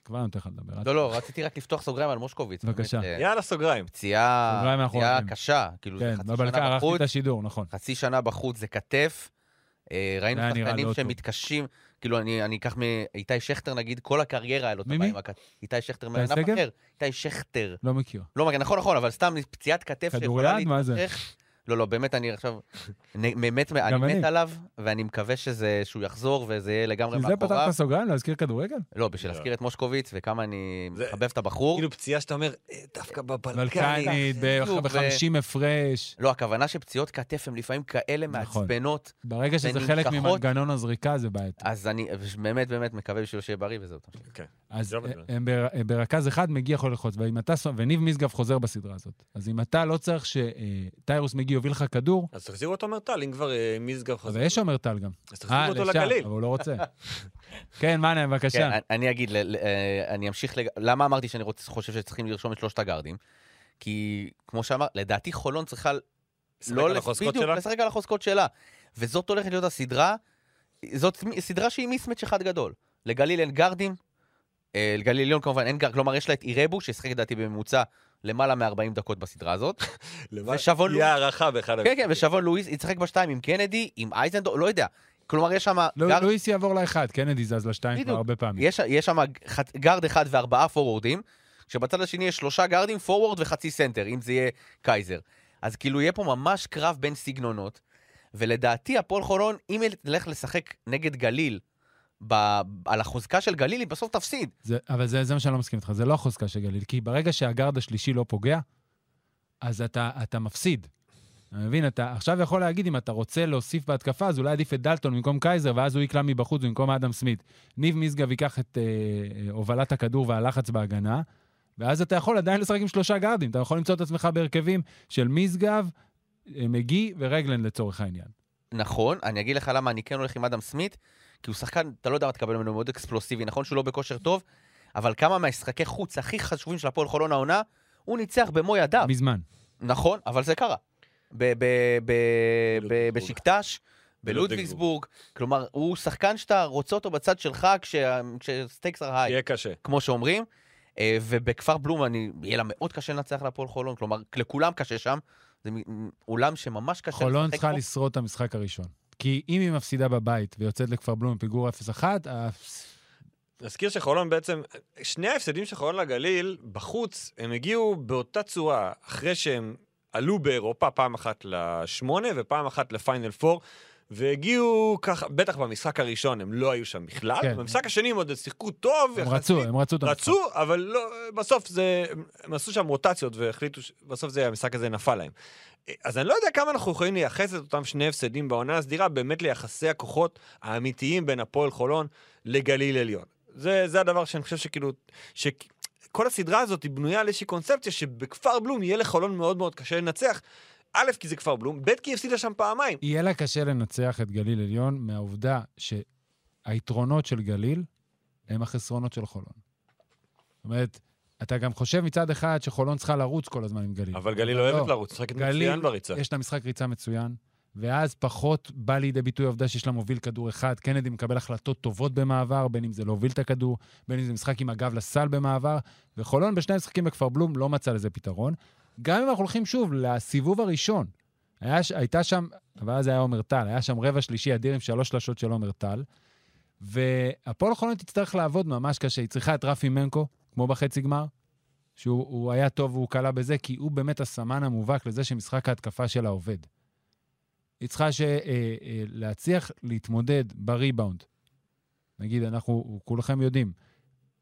Speaker 2: כבר אני נותן לך לדבר.
Speaker 4: לא, לא, רציתי רק לפתוח סוגריים על מושקוביץ.
Speaker 2: בבקשה.
Speaker 4: באמת, אה,
Speaker 3: יאללה, סוגריים.
Speaker 4: פציעה
Speaker 2: סוגריים אנחנו
Speaker 4: פציעה
Speaker 2: אוהבים.
Speaker 4: קשה, כאילו זה
Speaker 2: כן,
Speaker 4: חצי
Speaker 2: בבלקה
Speaker 4: שנה
Speaker 2: ערכתי
Speaker 4: בחוץ,
Speaker 2: את השידור, נכון.
Speaker 4: חצי שנה בחוץ זה כתף. אה, ראינו
Speaker 2: זה היה נראה
Speaker 4: שחקנים
Speaker 2: לא
Speaker 4: שהם
Speaker 2: טוב.
Speaker 4: מתקשים, כאילו אני אני אקח מאיתי שכטר נגיד, כל הקריירה היה לו את
Speaker 2: מי,
Speaker 4: הבעיה
Speaker 2: מי?
Speaker 4: עם הכת- איתי שכטר
Speaker 2: איתי
Speaker 4: מענף
Speaker 2: שגב?
Speaker 4: אחר. איתי שכטר.
Speaker 2: לא מכיר.
Speaker 4: לא, מגן, נכון, נכון, אבל סתם פציעת כתף שיכולה
Speaker 2: כדוריד? מה זה?
Speaker 4: להתמשך. לא, לא, באמת, אני עכשיו... נ- באמת, אני
Speaker 2: גם אני.
Speaker 4: מת עליו, ואני מקווה שזה, שהוא יחזור וזה יהיה לגמרי
Speaker 2: עם זה
Speaker 4: מאחוריו.
Speaker 2: פתחת סוגריים להזכיר כדורגל?
Speaker 4: לא, בשביל להזכיר את מושקוביץ וכמה אני
Speaker 3: זה-
Speaker 4: מחבב את הבחור.
Speaker 3: כאילו פציעה שאתה אומר, "אה, דווקא
Speaker 4: כן,
Speaker 3: בבלקני.
Speaker 2: בלקנית,
Speaker 4: בדיוק, ו-
Speaker 2: ב-50 הפרש.
Speaker 4: לא, הכוונה שפציעות כתף הן לפעמים כאלה
Speaker 2: נכון.
Speaker 4: מעצבנות,
Speaker 2: ברגע שזה
Speaker 4: ונמשכות.
Speaker 2: חלק ממנגנון הזריקה, זה בעייתי.
Speaker 4: אז אני באמת באמת מקווה בשביל שיהיה בריא וזהו. תמשיך.
Speaker 2: אז
Speaker 4: לא
Speaker 2: אה,
Speaker 3: זה עובד.
Speaker 2: הם בר- ברכז אחד מגיע יכול ללחוץ, ואם אתה, ס- וניב משגב חוזר בסדרה הזאת. אז אם אתה לא צריך שטיירוס מגי יוביל לך כדור,
Speaker 3: אז תחזירו אותו מרטל, אם כבר אה, משגב
Speaker 2: אז
Speaker 3: חזר.
Speaker 2: יש שומר טל גם. אה,
Speaker 3: אז תחזירו אותו
Speaker 2: לשם,
Speaker 3: לגליל.
Speaker 2: אבל הוא לא רוצה. כן, מאנה, בבקשה.
Speaker 4: כן, אני- אני אגיד, ל- ל- אה, אני אמשיך, לג- למה אמרתי שאני רוצ- חושב שצריכים לרשום את שלושת הגארדים? כי כמו שאמר, לדעתי חולון צריכה
Speaker 3: לשחק על
Speaker 4: לס-
Speaker 3: החוזקות
Speaker 4: לא, בדיוק,
Speaker 3: שלה?
Speaker 4: לשחק על החוזקות שלה. וזאת הולכת להיות הסדרה, זאת מ- סדרה שהיא מיסמץ' אחד גדול. לגליל אין גארדים, אה, לגליל עליון כמובן אין גארד, כלומר יש לה את אירבו, שישחק לדעתי בממוצע למעלה מ-40 דקות בסדרה הזאת.
Speaker 3: לבד.
Speaker 4: ושבון
Speaker 3: יהיה הערכה באחד
Speaker 4: כן, כן, ושבון לואיס ישחק בשתיים עם קנדי, עם אייזנדור, לא יודע. כלומר יש שם
Speaker 2: לא-
Speaker 4: גארד-
Speaker 2: לואיס יעבור לאחד, קנדי זז לשתיים כבר
Speaker 4: בדיוק.
Speaker 2: הרבה פעמים.
Speaker 4: יש, יש שם חת- גארד אחד וארבעה פורוורדים, כשבצד השני יש שלושה גארדים, פורוורד וחצי סנטר, אם זה יהיה קייזר. אז כאילו יהיה פה ממש קרב בין סגנונות, ולדעתי הפועל חולון, אם היא תלך לשחק נגד גליל, ב, על החוזקה של גליל, היא בסוף תפסיד.
Speaker 2: זה- אבל זה זה מה שאני לא מסכים איתך, זה לא החוזקה של גליל, כי ברגע שהגארד השלישי לא פוגע, אז אתה אתה מפסיד. אתה מבין? אתה עכשיו יכול להגיד, אם אתה רוצה להוסיף בהתקפה, אז אולי עדיף את דלטון במקום קייזר, ואז הוא יקלע מבחוץ במקום אדם סמית. ניב משגב ייקח את אה, אה, הובלת הכדור והלחץ בהגנה, ואז אתה יכול עדיין לשחק עם שלושה גארדים. אתה יכול למצוא את עצמך בהרכבים של משגב, אה, מגי ורגלן לצורך העניין.
Speaker 4: נכון, אני אגיד לך למה אני כן הולך עם אדם סמית, כי הוא שחקן, אתה לא יודע מה תקבל ממנו, הוא מאוד אקספלוסיבי, נכון שהוא לא בכושר טוב, אבל כמה מהמשחקי חוץ הכי חשובים של הפועל חולון העונה, הוא ניצח במו ידיו.
Speaker 2: מזמן.
Speaker 4: נכון, אבל זה קרה. ב- ב- ב- ב-
Speaker 3: בלודוויגסבורג.
Speaker 4: בשקטש, בלודוויגסבורג. כלומר, הוא שחקן שאתה רוצה אותו בצד שלך כשה- כשסטייקס הר היי,
Speaker 3: יהיה קשה.
Speaker 4: כמו שאומרים. אה, ובכפר בלום אני, יהיה לה מאוד קשה לנצח להפועל חולון, כלומר, לכולם קשה שם. זה מ- אולם שממש קשה
Speaker 2: חולון
Speaker 4: לשחק
Speaker 2: צריכה
Speaker 4: בו.
Speaker 2: לשרוד את המשחק הראשון. כי אם היא מפסידה בבית ויוצאת לכפר בלום עם פיגור 0-1, אה,
Speaker 3: נזכיר שחולון בעצם, שני ההפסדים של חולון לגליל, בחוץ, הם הגיעו באותה צורה, אחרי שהם עלו באירופה פעם אחת לשמונה ופעם אחת לפיינל פור, והגיעו ככה, בטח במשחק הראשון הם לא היו שם בכלל,
Speaker 2: כן.
Speaker 3: כן. במשחק השני הם עוד שיחקו טוב,
Speaker 2: הם
Speaker 3: יחסית.
Speaker 2: רצו, הם רצו את המשחק.
Speaker 3: רצו, אבל לא, בסוף זה, הם עשו שם רוטציות והחליטו, ש- בסוף זה, המשחק הזה נפל להם. אז אני לא יודע כמה אנחנו יכולים לייחס את אותם שני הפסדים בעונה הסדירה באמת ליחסי הכוחות האמיתיים בין הפועל חולון לגליל עליון. זה, זה הדבר שאני חושב שכאילו, שכל הסדרה הזאת היא בנויה על איזושהי קונספציה שבכפר בלום יהיה לחולון מאוד מאוד קשה לנצח. א', כי זה כפר בלום, ב', כי היא הפסידה שם פעמיים.
Speaker 2: יהיה לה קשה לנצח את גליל עליון מהעובדה שהיתרונות של גליל הם החסרונות של חולון. זאת אומרת, אתה גם חושב מצד אחד שחולון צריכה לרוץ כל הזמן עם גליל. לא.
Speaker 3: אבל גליל אוהבת לרוץ, משחקת מצוין בריצה.
Speaker 2: יש לה משחק ריצה מצוין, ואז פחות בא לידי ביטוי העובדה שיש לה מוביל כדור אחד. קנדי מקבל החלטות טובות במעבר, בין אם זה להוביל את הכדור, בין אם זה משחק עם הגב לסל במעבר, וחולון בשני המשחקים בכפר בלום לא מצא לזה פתרון. גם אם אנחנו הולכים שוב לסיבוב הראשון, היה, ש- הייתה שם, אבל אז היה עומר טל, היה שם רבע שלישי אדיר עם שלוש שלשות של עומר טל, והפועל חולון תצטרך לעבוד ממש קשה, היא צריכה את רפי מנקו, כמו בחצי גמר, שהוא הוא היה טוב והוא קלע בזה, כי הוא באמת הסמן המובהק לזה שמשחק ההתקפה שלה עובד. היא צריכה ש, אה, אה, להצליח להתמודד בריבאונד. נגיד, אנחנו כולכם יודעים,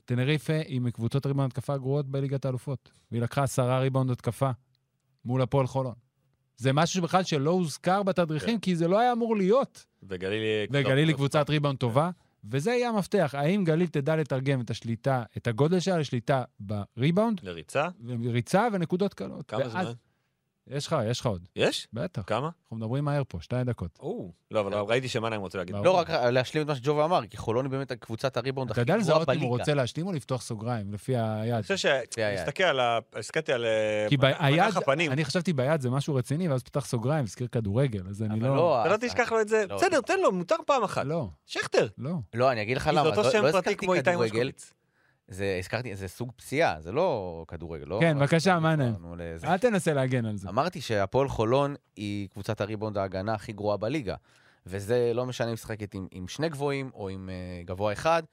Speaker 2: טנריפה היא מקבוצות ריבאונד התקפה הגרועות בליגת האלופות, והיא לקחה עשרה ריבאונד התקפה מול הפועל חולון. זה משהו שבכלל שלא הוזכר בתדריכים, כי זה לא היה אמור להיות.
Speaker 3: וגליל אה, לא, יהיה...
Speaker 2: וגליל היא קבוצת ריבאונד טובה, וזה יהיה המפתח. האם גליל תדע לתרגם את השליטה, את הגודל שלה לשליטה בריבאונד,
Speaker 3: לריצה?
Speaker 2: ריצה ונקודות קלות.
Speaker 3: כמה
Speaker 2: ואז-
Speaker 3: זמן?
Speaker 2: יש לך, יש לך עוד.
Speaker 3: יש?
Speaker 2: בטח.
Speaker 3: כמה?
Speaker 2: אנחנו מדברים מהר פה, שתי דקות.
Speaker 3: או, לא, אבל ראיתי שמאנה הם רוצים להגיד.
Speaker 2: כן. ברור.
Speaker 4: לא רק להשלים את מה שג'ובה אמר, כי חולון היא באמת קבוצת הריבאונד
Speaker 2: אתה
Speaker 4: הכי
Speaker 2: יודע
Speaker 4: גרועה
Speaker 2: לזהות אם הוא
Speaker 4: בליגה.
Speaker 2: רוצה להשלים או לפתוח סוגריים, לפי היד.
Speaker 3: אני חושב
Speaker 4: היה, היה.
Speaker 3: שמסתכל על ה... הסתכלתי על אה,
Speaker 2: כי ביד,
Speaker 3: מנח הפנים.
Speaker 2: אני חשבתי ביד זה משהו רציני, ואז פתח סוגריים, הזכיר כדורגל, אז אני
Speaker 4: אבל
Speaker 2: לא...
Speaker 4: לא,
Speaker 3: אתה לא
Speaker 4: אז-
Speaker 3: תשכח לו את זה.
Speaker 4: לא.
Speaker 3: בסדר, תן לו, מותר פעם אחת.
Speaker 2: לא,
Speaker 3: שכטר.
Speaker 2: לא.
Speaker 4: לא, אני אגיד לך
Speaker 3: כי
Speaker 4: למה,
Speaker 3: זה
Speaker 4: לא
Speaker 3: אותו שם
Speaker 4: לא
Speaker 3: פרטי
Speaker 4: הזכרתי
Speaker 3: כמו איתי
Speaker 4: כדורגל,
Speaker 3: מושקוביץ.
Speaker 4: זה- הזכרתי, זה סוג פציעה, זה לא כדורגל, לא?
Speaker 2: כן, בבקשה, מה נהם?
Speaker 4: נו, לזה.
Speaker 2: אל תנסה להגן על זה.
Speaker 3: אמ-
Speaker 4: אמרתי שהפועל חולון היא קבוצת הריבאונד ההגנה הכי גרועה בליגה. וזה לא משנה אם משחקת עם, עם שני גבוהים או עם uh, גבוה אחד,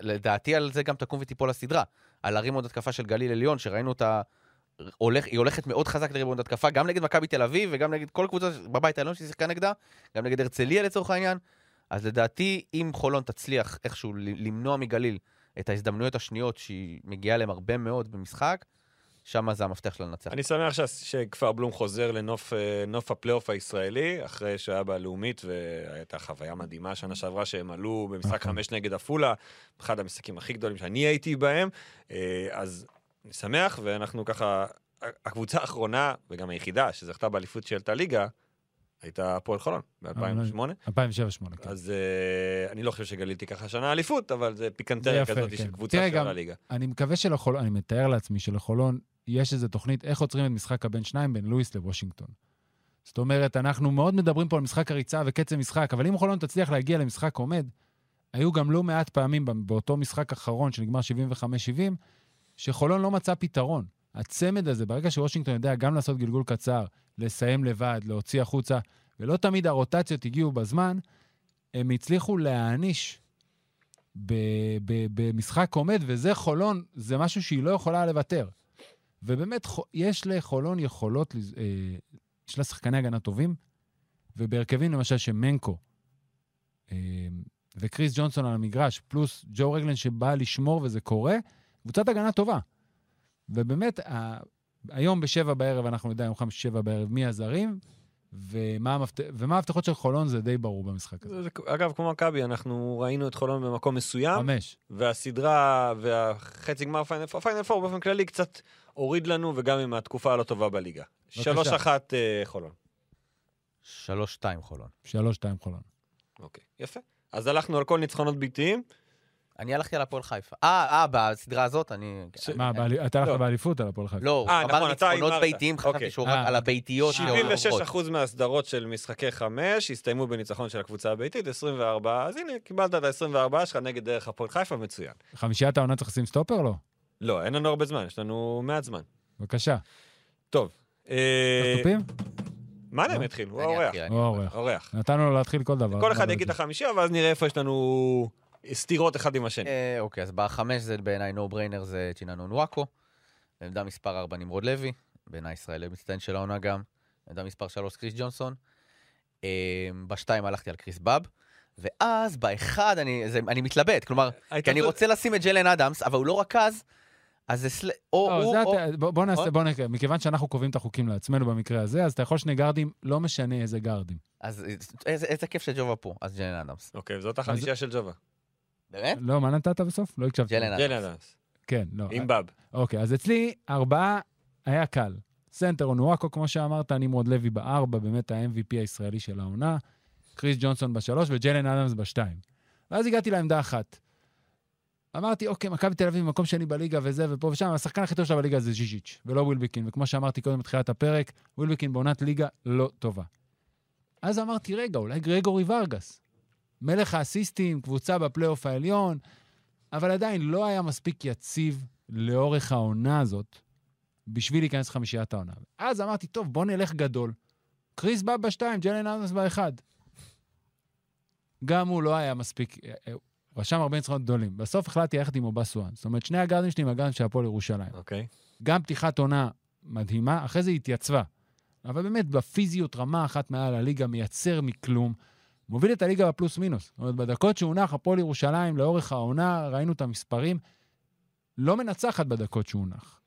Speaker 4: ולדעתי על זה גם תקום ותיפול הסדרה. על הריבאונד התקפה של גליל עליון, שראינו אותה, הולך, היא הולכת מאוד חזק לריבאונד התקפה, גם נגד מכבי תל אביב וגם נגד כל קבוצה ש- בבית העליון שהיא שיחקה נגדה, גם נגד הרצליה לצורך העניין. אז לדעתי, אם חולון תצליח איכשהו ל- למנוע מגליל את ההזדמנויות השניות שהיא מגיעה להם הרבה מאוד במשחק, שם זה המפתח שלה לנצח.
Speaker 3: אני שמח שה- שכפר בלום חוזר לנוף אה, נוף הפלייאוף הישראלי, אחרי שהיה בלאומית, והייתה חוויה מדהימה שנה שעברה שהם עלו במשחק
Speaker 2: נכון.
Speaker 3: חמש נגד עפולה, אחד המשחקים הכי גדולים שאני הייתי בהם. אה, אז אני שמח, ואנחנו ככה, ה- הקבוצה האחרונה, וגם היחידה, שזכתה באליפות של הליגה, הייתה הפועל חולון ב-2008.
Speaker 2: 2007-2008, כן.
Speaker 3: אז אה, אני לא חושב שגליל תיקח השנה אליפות, אבל זה פיקנטריה
Speaker 2: זה יפה,
Speaker 3: כזאת
Speaker 2: כן.
Speaker 3: של קבוצה
Speaker 2: תראה, גם-
Speaker 3: שעולה ליגה.
Speaker 2: אני מקווה שלחולון, אני מתאר לעצמי שלחולון יש איזו תוכנית איך עוצרים את משחק הבין שניים בין לואיס לוושינגטון. זאת אומרת, אנחנו מאוד מדברים פה על משחק הריצה וקצב משחק, אבל אם חולון תצליח להגיע למשחק עומד, היו גם לא מעט פעמים ב- באותו משחק אחרון שנגמר 75-70, שחולון לא מצא פתרון. הצמד הזה, ברגע שוושינגטון יודע גם לעשות גלגול קצר, לסיים לבד, להוציא החוצה, ולא תמיד הרוטציות הגיעו בזמן, הם הצליחו להעניש ב- ב- במשחק עומד, וזה חולון, זה משהו שהיא לא יכולה לוותר. ובאמת, חו- יש לחולון יכולות, לז- אה, יש לה שחקני הגנה טובים, ובהרכבים למשל שמנקו אה, וקריס ג'ונסון על המגרש, פלוס ג'ו רגלן שבא לשמור וזה קורה, קבוצת הגנה טובה. ובאמת, ה- היום בשבע בערב, אנחנו נדע, יום חמישי שבע בערב, מי הזרים, ומה המפת- ומה ההבטחות של חולון, זה די ברור במשחק הזה.
Speaker 3: זה- זה- אגב, כמו מכבי, אנחנו ראינו את חולון במקום
Speaker 4: אה?
Speaker 3: מסוים,
Speaker 2: חמש.
Speaker 3: והסדרה והחצי גמר פיינל פור, פיינל פור באופן כללי קצת הוריד לנו, וגם עם התקופה הלא טובה בליגה. שלוש אחת אה, חולון.
Speaker 4: שלוש שתיים חולון.
Speaker 2: שלוש, שתיים חולון.
Speaker 3: אוקיי, יפה. אז הלכנו על כל ניצחונות ביתיים.
Speaker 4: אני הלכתי על הפועל חיפה. אה, אה, בסדרה הזאת אני...
Speaker 3: ש-
Speaker 2: מה, בעלי- אתה
Speaker 3: לא.
Speaker 2: הלכת באליפות על הפועל חיפה?
Speaker 4: לא, הוא
Speaker 3: אה,
Speaker 4: אמר
Speaker 3: נכון, אתה
Speaker 4: ניצחונות
Speaker 3: הימרת.
Speaker 4: ביתיים, חשבתי
Speaker 3: אוקיי.
Speaker 4: שהוא רק
Speaker 2: אה.
Speaker 4: על הביתיות. נכון. שעוברות.
Speaker 3: 76% מההסדרות של משחקי חמש הסתיימו בניצחון של הקבוצה הביתית, 24, אז הנה, קיבלת את ה-24 שלך נגד דרך הפועל חיפה, מצוין.
Speaker 2: חמישיית העונה צריך לשים סטופר? לא.
Speaker 3: לא, אין לנו הרבה זמן, יש לנו מעט זמן.
Speaker 2: בבקשה.
Speaker 3: טוב. אה,
Speaker 2: תופים? לא.
Speaker 3: מה להם התחיל? הוא
Speaker 4: אני
Speaker 3: האורח.
Speaker 4: אתחיל, אני-
Speaker 2: או לא, אורח.
Speaker 3: אורח.
Speaker 2: נתנו לו להתחיל כל דבר. לא,
Speaker 3: כל אחד יגיד את החמישייה, ואז נראה איפה יש לנו סתירות אחד עם השני.
Speaker 4: אה, אוקיי, אז בחמש זה בעיניי נו בריינר זה צ'יננו נוואקו. עמדה מספר ארבע נמרוד לוי, בעיניי ישראלי מצטיין של העונה גם. עמדה מספר שלוש קריס ג'ונסון. אה, בשתיים הלכתי על קריס באב. ואז באחד אני, זה, אני מתלבט, כלומר, כי אני רוצה לשים את ג'לן אדמס, אבל הוא לא רכז, אז זה סל... או
Speaker 2: לא,
Speaker 4: הוא
Speaker 2: זה
Speaker 4: או... אה?
Speaker 2: אתה- בוא- בוא נעשה,
Speaker 4: או-
Speaker 2: בוא נקרא, מכיוון שאנחנו קובעים את החוקים לעצמנו במקרה הזה, אז אתה יכול שני גארדים, לא משנה איזה גארדים.
Speaker 4: אז איזה, איזה כיף שג'ובה פה, אז ג'לן אדמס.
Speaker 3: אוקיי, זאת החמישייה של ג'ובה.
Speaker 4: באמת?
Speaker 2: לא, מה נתת בסוף? לא הקשבתי.
Speaker 4: אה? ג'לן
Speaker 3: ג'ן
Speaker 4: אדמס.
Speaker 3: אדמס,
Speaker 2: כן, לא.
Speaker 3: עם באב.
Speaker 2: אוקיי, אז אצלי ארבעה היה קל. סנטר אונואקו, כמו שאמרת, נמרוד לוי בארבע, באמת ה-MVP הישראלי של העונה, קריס ג'ונסון בשלוש וג'לן אדמס בשתיים. ואז הגעתי לעמדה אחת. אמרתי, אוקיי, מכבי תל אביב, מקום שני בליגה וזה ופה ושם, השחקן הכי טוב שלה בליגה זה ז'יז'יץ', ולא ווילבקין. וכמו שאמרתי קודם בתחילת הפרק, ווילבקין בעונת ליגה לא טובה. אז אמרתי, רגע, אולי גרגורי ורגס. מלך האסיסטים, קבוצה בפלייאוף העליון, אבל עדיין לא היה מספיק יציב לאורך העונה הזאת בשביל להיכנס לחמישיית העונה. אז אמרתי, טוב, בוא נלך גדול. קריס בא בשתיים, ג'לן אדמס באחד. גם הוא לא היה מספיק, אה, אה, הוא רשם הרבה ניצחונות גדולים. בסוף החלטתי ללכת עם אובסואן. זאת אומרת, שני הגארדים שלי הם הגארדים של הפועל ירושלים.
Speaker 3: אוקיי.
Speaker 2: גם פתיחת עונה מדהימה, אחרי זה היא התייצבה. אבל באמת, בפיזיות רמה אחת מעל הליגה, מייצר מכלום, מוביל את הליגה בפלוס מינוס. זאת אומרת, בדקות שהונח הפועל ירושלים לאורך העונה, ראינו את המספרים, לא מנצחת בדקות שהונח.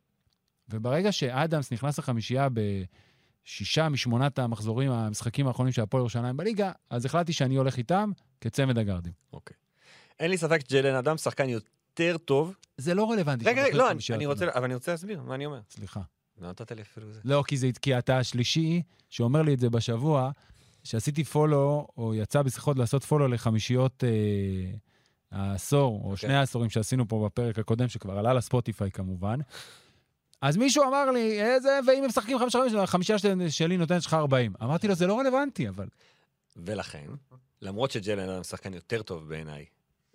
Speaker 2: וברגע שאדמס נכנס לחמישייה בשישה משמונת המחזורים, המשחקים האחרונים של הפועל ירושלים בליגה, אז החלטתי שאני הולך איתם כצמד הגארדים.
Speaker 3: אוקיי. אין לי ספק שג'לן אדמס שחקן יותר טוב.
Speaker 2: זה לא רלוונטי.
Speaker 3: רגע,
Speaker 2: שבחרת
Speaker 3: רגע, לא, אני-
Speaker 2: חמישייה
Speaker 3: אני
Speaker 2: אחת.
Speaker 3: רוצה, אבל אני רוצה להסביר מה אני אומר.
Speaker 2: סליחה.
Speaker 3: לא נתת לי אפילו זה.
Speaker 2: לא, כי זה כי אתה השלישי שאומר לי את זה בשבוע, שעשיתי פולו, או יצא בשיחות לעשות פולו לחמישיות אה, העשור, או okay. שני העשורים שעשינו פה בפרק הקודם, שכבר עלה לספוטיפיי כמובן. אז מישהו אמר לי, איזה, ואם הם משחקים חמישה חמישה, החמישה של, שלי נותנת שלך 40. אמרתי לו, זה לא רלוונטי, אבל...
Speaker 3: ולכן, למרות שג'לן אדם שחקן יותר טוב בעיניי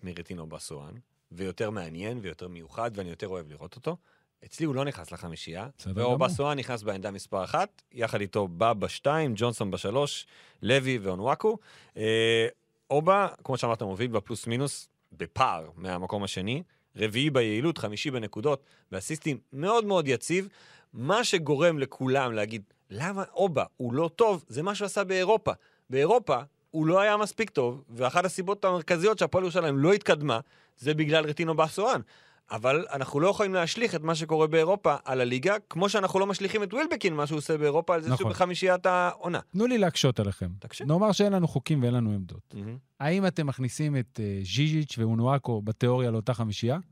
Speaker 3: מרטינו בסואן, ויותר מעניין ויותר מיוחד, ואני יותר אוהב לראות אותו, אצלי הוא לא נכנס לחמישייה,
Speaker 2: בסדר גמור.
Speaker 3: ואובסואן נכנס בעמדה מספר אחת, יחד איתו בא בשתיים, ג'ונסון בשלוש, לוי ואונוואקו. אה, אובה, כמו שאמרת, מוביל בפלוס מינוס בפער מהמקום השני, רביעי ביעילות, חמישי בנקודות, באסיסטים מאוד מאוד יציב, מה שגורם לכולם להגיד, למה אובה הוא לא טוב, זה מה שהוא עשה באירופה. באירופה הוא לא היה מספיק טוב, ואחת הסיבות המרכזיות שהפועל ירושלים לא התקדמה, זה בגלל רטינו בסואן. אבל אנחנו לא יכולים להשליך את מה שקורה באירופה על הליגה, כמו שאנחנו לא משליכים את ווילבקין, מה שהוא עושה באירופה, על זה שהוא
Speaker 2: נכון.
Speaker 3: בחמישיית העונה.
Speaker 2: תנו לי להקשות עליכם.
Speaker 3: תקשיב.
Speaker 2: נאמר שאין לנו חוקים ואין לנו עמדות. האם אתם מכניסים את אה, ז'יז'יץ' ואונואקו בתיאוריה לאותה חמישייה? טוב.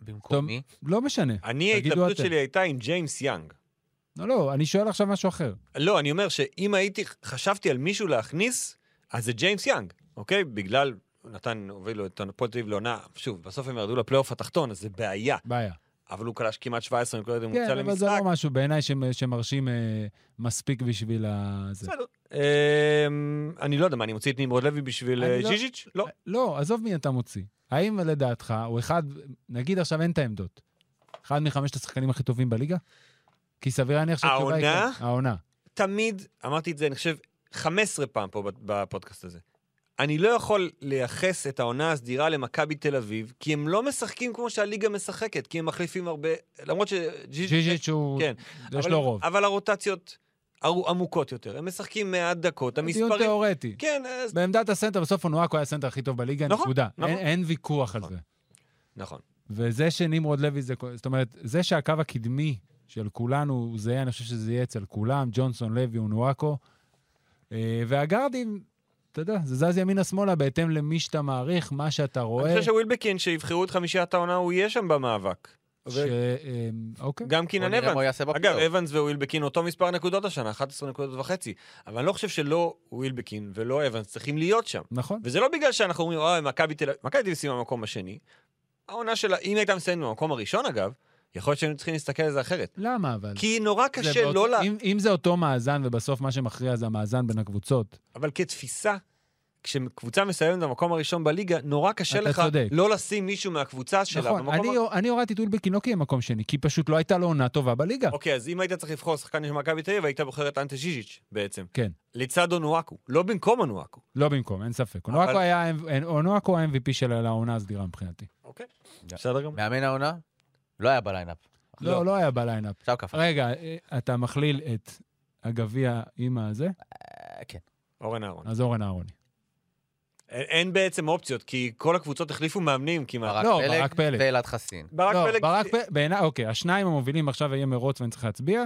Speaker 4: במקום מי?
Speaker 2: לא משנה.
Speaker 3: אני,
Speaker 2: תגידו
Speaker 3: ההתלבטות
Speaker 2: אתם.
Speaker 3: שלי הייתה עם ג'יימס יאנג.
Speaker 2: לא, לא, אני שואל עכשיו משהו אחר.
Speaker 3: לא, אני אומר שאם הייתי, חשבתי על מישהו להכניס, אז זה ג'יימס יאנג, אוקיי? בגלל, הוא נתן, הוביל לו את הפועל תל אביב לעונה, שוב, בסוף הם ירדו לפלייאוף התחתון, אז זה בעיה.
Speaker 2: בעיה.
Speaker 3: אבל הוא כלש כמעט 17 נקודות ממוצע
Speaker 2: כן, אבל זה
Speaker 3: למשחק.
Speaker 2: לא משהו בעיניי שמ- שמרשים אה, מספיק בשביל ה... זה.
Speaker 3: בסדר. אמ, אני לא יודע מה, אני מוציא את נמרוד לוי בשביל
Speaker 2: אני
Speaker 3: אה,
Speaker 2: לא-
Speaker 3: ז'יז'יץ'? לא.
Speaker 2: לא, עזוב מי אתה מוציא. האם לדעתך, הוא אחד, נגיד עכשיו אין את העמדות, אחד מחמשת השחקנים הכי טובים בליגה? כי סביר להניח שהתשובה היא
Speaker 3: העונה?
Speaker 2: כן. העונה?
Speaker 3: תמיד, אמרתי את זה, אני חושב, 15 פעם פה בפודקאסט הזה. אני לא יכול לייחס את העונה הסדירה למכבי תל אביב, כי הם לא משחקים כמו שהליגה משחקת, כי הם מחליפים הרבה, למרות שג'יג'יץ'
Speaker 2: ז'יז'יץ' הוא...
Speaker 3: כן.
Speaker 2: יש
Speaker 3: אבל-
Speaker 2: לו רוב.
Speaker 3: אבל הרוטציות ערו- עמוקות יותר, הם משחקים 100 דקות,
Speaker 2: דיון
Speaker 3: המספרים...
Speaker 2: תיאורטי.
Speaker 3: כן, אז...
Speaker 2: בעמדת הסנטר, בסוף אונואקו היה הסנטר הכי טוב בליגה,
Speaker 3: נכון,
Speaker 2: נקודה.
Speaker 3: נכון.
Speaker 2: אין- אין ויכוח על
Speaker 3: נכון.
Speaker 2: זה.
Speaker 3: נכון.
Speaker 2: וזה שנמרוד לוי זה... כל- זאת אומרת, זה שהקו הקדמי של כולנו הוא זהה, אני חושב שזה יהיה אצל כולם, ג'ונסון, לוי ונואקו. אה, והגארדים, אתה יודע, זה זז ימינה-שמאלה בהתאם למי שאתה מעריך, מה שאתה
Speaker 3: אני
Speaker 2: רואה.
Speaker 3: חושב שווילבקין, שיבחרו את חמישיית העונה, הוא יהיה שם במאבק.
Speaker 2: ש...
Speaker 3: ו-
Speaker 2: אה, אוקיי.
Speaker 3: גם
Speaker 4: בוא
Speaker 3: קינן
Speaker 4: נראה מה הוא
Speaker 3: אבנס.
Speaker 4: יעשה
Speaker 3: אגב,
Speaker 4: בפלייאוף.
Speaker 3: אבנס ווילבקין אותו מספר נקודות השנה, 11 נקודות וחצי. אבל אני לא חושב שלא ווילבקין ולא אבנס צריכים להיות שם.
Speaker 2: נכון.
Speaker 3: וזה לא בגלל שאנחנו אומרים, אוי, מכבי תל אביב, מכבי תל אביב סיימה במקום השני. העונה שלה, אם הייתה מסיימת במקום הראשון, אגב, יכול להיות שהיינו צריכים להסתכל על זה אחרת.
Speaker 2: למה אבל?
Speaker 3: כי נורא
Speaker 2: זה
Speaker 3: קשה
Speaker 2: באותו-
Speaker 3: לא ל...
Speaker 2: אם, אם זה אותו מאזן, ובסוף מה שמכריע זה המאזן בין הקבוצות,
Speaker 3: אבל כתפיסה, כשקבוצה מסיימת במקום הראשון בליגה, נורא קשה
Speaker 2: אתה
Speaker 3: לך
Speaker 2: צודק.
Speaker 3: לא לשים מישהו מהקבוצה שלה
Speaker 2: נכון,
Speaker 3: במקום...
Speaker 2: אני-
Speaker 3: ה-
Speaker 2: אני הורדתי את אולבקין לא כי הם מקום שני, כי פשוט לא הייתה לו עונה טובה בליגה.
Speaker 3: אוקיי, אז אם היית צריך לבחור שחקן של מכבי תל אביב, היית בוחר את אנטה ז'יז'יץ' בעצם.
Speaker 2: כן.
Speaker 3: לצד אונואקו, לא במקום אונואקו.
Speaker 2: לא במקום, אין ספק.
Speaker 3: אבל-
Speaker 2: אונואקו היה אונואקו ה-MVP של העונה הסדירה מבחינתי.
Speaker 3: אוקיי. בסדר גמור.
Speaker 4: מאמן העונה? לא היה בליינאפ.
Speaker 2: לא, לא היה בליינאפ.
Speaker 4: עכשיו קפץ.
Speaker 2: רגע, אה, אתה מכליל את הגביע עם הזה,
Speaker 4: אה, כן.
Speaker 3: אורן אהרון.
Speaker 2: אז אורן אהרוני.
Speaker 3: אין- אין בעצם אופציות, כי כל הקבוצות החליפו מאמנים כמעט.
Speaker 4: ברק
Speaker 2: לא,
Speaker 4: פלג
Speaker 2: ברק פלג.
Speaker 4: ואלעד חסין.
Speaker 3: ברק
Speaker 2: לא,
Speaker 3: פלג...
Speaker 2: ברק פלג, בעיניי, אוקיי, השניים המובילים עכשיו יהיה מרוץ ואני צריך להצביע.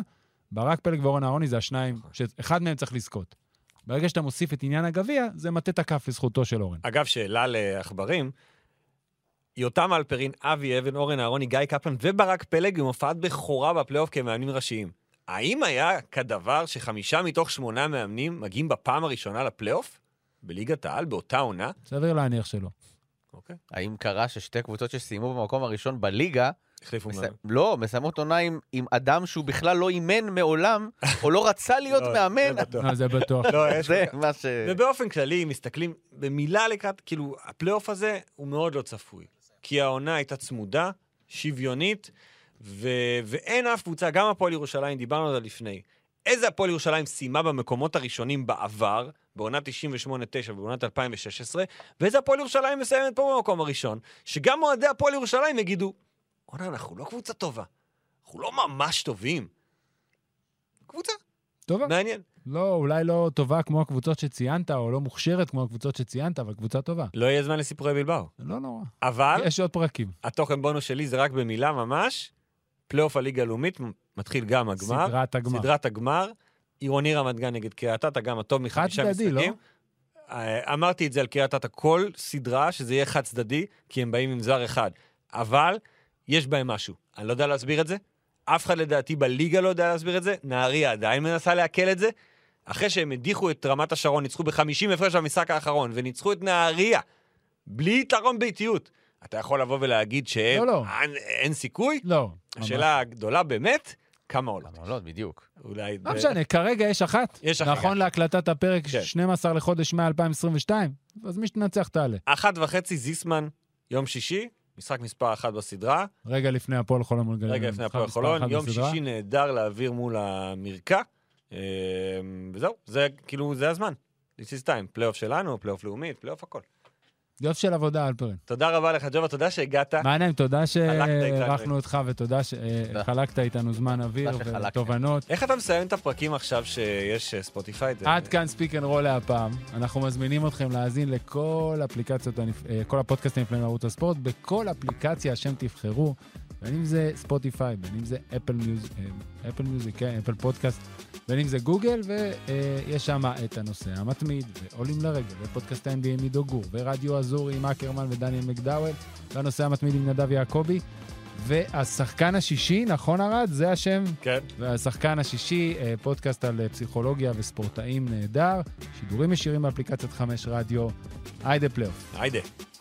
Speaker 2: ברק פלג ואורן אהרוני זה השניים,
Speaker 3: נכון.
Speaker 2: שאחד מהם צריך לזכות. ברגע שאתה מוסיף את עניין הגביע, זה מטה את הכף לזכותו של אורן.
Speaker 3: אגב, שאלה לעכברים. יותם אלפרין, אבי אבן, אורן אהרוני, גיא קפלן וברק פלג עם הופעת בכורה בפלייאוף כמאמנים ראשיים. האם היה כדבר שחמישה מתוך שמונה מאמנים מגיעים בפעם הראשונה לפלייאוף? בליגת העל, באותה עונה?
Speaker 2: סביר להניח שלא.
Speaker 3: אוקיי.
Speaker 4: האם קרה ששתי קבוצות שסיימו במקום הראשון בליגה,
Speaker 3: החליפו
Speaker 4: מסי-
Speaker 3: מאמן.
Speaker 4: לא, מסיימות עונה עם- עם אדם שהוא בכלל לא אימן מעולם, או לא רצה להיות
Speaker 3: לא,
Speaker 4: מאמן?
Speaker 3: זה בטוח.
Speaker 2: לא, זה בטוח.
Speaker 3: לא, יש...
Speaker 4: זה מה ש...
Speaker 3: ובאופן כללי, אם מסתכלים במילה לקראת, כאילו, הפלייאוף הזה הוא מאוד לא צפוי. כי העונה הייתה צמודה, שוויונית, ו... ואין אף קבוצה, גם הפועל ירושלים, דיברנו על זה לפני. איזה הפועל ירושלים סיימה במקומות הראשונים בעבר, בעונת 98-9 ובעונת 2016, ואיזה הפועל ירושלים מסיימת פה במקום הראשון, שגם אוהדי הפועל ירושלים יגידו, בואנה, אנחנו לא קבוצה טובה, אנחנו לא ממש טובים. קבוצה,
Speaker 2: טובה.
Speaker 3: מעניין.
Speaker 2: לא, אולי לא טובה כמו הקבוצות שציינת, או לא מוכשרת כמו הקבוצות שציינת, אבל קבוצה טובה.
Speaker 3: לא יהיה זמן לסיפורי בלבאו.
Speaker 2: לא נורא.
Speaker 3: אבל...
Speaker 2: יש עוד פרקים.
Speaker 3: התוכן בונוס שלי זה רק במילה ממש. פלייאוף הליגה הלאומית, מתחיל גם הגמר.
Speaker 2: סדרת הגמר.
Speaker 3: סדרת הגמר. עירוני רמת גן נגד קריית אתא, גם הטוב מחמישה
Speaker 2: חד-צדדי,
Speaker 3: משחקים.
Speaker 2: לא?
Speaker 3: אה, אמרתי את זה על קריית אתא כל סדרה, שזה יהיה חד צדדי, כי הם באים עם זר אחד. אבל יש בהם משהו. אני לא יודע להסביר את זה. אף אחד לדעתי בליגה לא יודע להסביר את זה. נהריה עדיין מנסה לעכל את זה. אחרי שהם הדיחו את רמת השרון, ניצחו ב-50 הפרש במשחק האחרון, וניצחו את נהריה, בלי יתרון ביתיות. אתה יכול לבוא ולהגיד שהם...
Speaker 2: לא, לא.
Speaker 3: אין, אין סיכוי?
Speaker 2: לא. ממש.
Speaker 3: השאלה הגדולה באמת, כמה עולות?
Speaker 4: למה לא, בדיוק.
Speaker 3: אולי...
Speaker 2: לא משנה, כרגע יש אחת.
Speaker 3: יש אחת.
Speaker 2: נכון להקלטת הפרק
Speaker 3: כן.
Speaker 2: 12 לחודש מאי 2022, אז מי שתנצח תעלה.
Speaker 3: אחת וחצי זיסמן, יום שישי, משחק מספר אחת בסדרה,
Speaker 2: רגע לפני הפועל חולון מול גליל.
Speaker 3: רגע לפני הפועל
Speaker 2: כן, משחק מספר
Speaker 3: חולון,
Speaker 2: אחת
Speaker 3: יום
Speaker 2: בסדרה.
Speaker 3: שישי נהדר להעביר מול המרקע, אמ, וזהו, זה כאילו, זה הזמן. This is time, פלייאוף שלנו, פלייאוף לאומית, פלייאוף הכל.
Speaker 2: יופי של עבודה, אלפרין.
Speaker 3: תודה רבה לך, ג'ובה, תודה שהגעת.
Speaker 2: מעניין, תודה
Speaker 3: איתנו.
Speaker 2: שאירחנו אותך ותודה שחלקת איתנו זמן אוויר
Speaker 4: תודה שחלקת.
Speaker 2: ותובנות.
Speaker 3: איך אתה מסיים את הפרקים עכשיו שיש אה, ספוטיפיי? זה-
Speaker 2: עד כאן ספיק אנד רול להפעם. אנחנו מזמינים אתכם להאזין לכל אפליקציות, הנפ- אה, כל הפודקאסטים לפני ערוץ הספורט, בכל אפליקציה השם תבחרו, בין אם זה ספוטיפיי, בין אם זה אפל מיוזיק, אה, אפל מיוזיק, כן, אפל פודקאסט, בין אם זה גוגל, ויש שם את הנושא המתמיד, ועולים לרגל, ופודקאסט NBA עם עידו גור, ורדיו אזורי עם אקרמן ודניאל מקדאוול, והנושא המתמיד עם נדב יעקבי. והשחקן השישי, נכון ארד? זה השם
Speaker 3: כן.
Speaker 2: והשחקן השישי, אה, פודקאסט על אה, פסיכולוגיה וספורטאים נהדר, שידורים ישירים באפליקציית חמש רדיו, היי דה פלייאוף.
Speaker 3: היידה.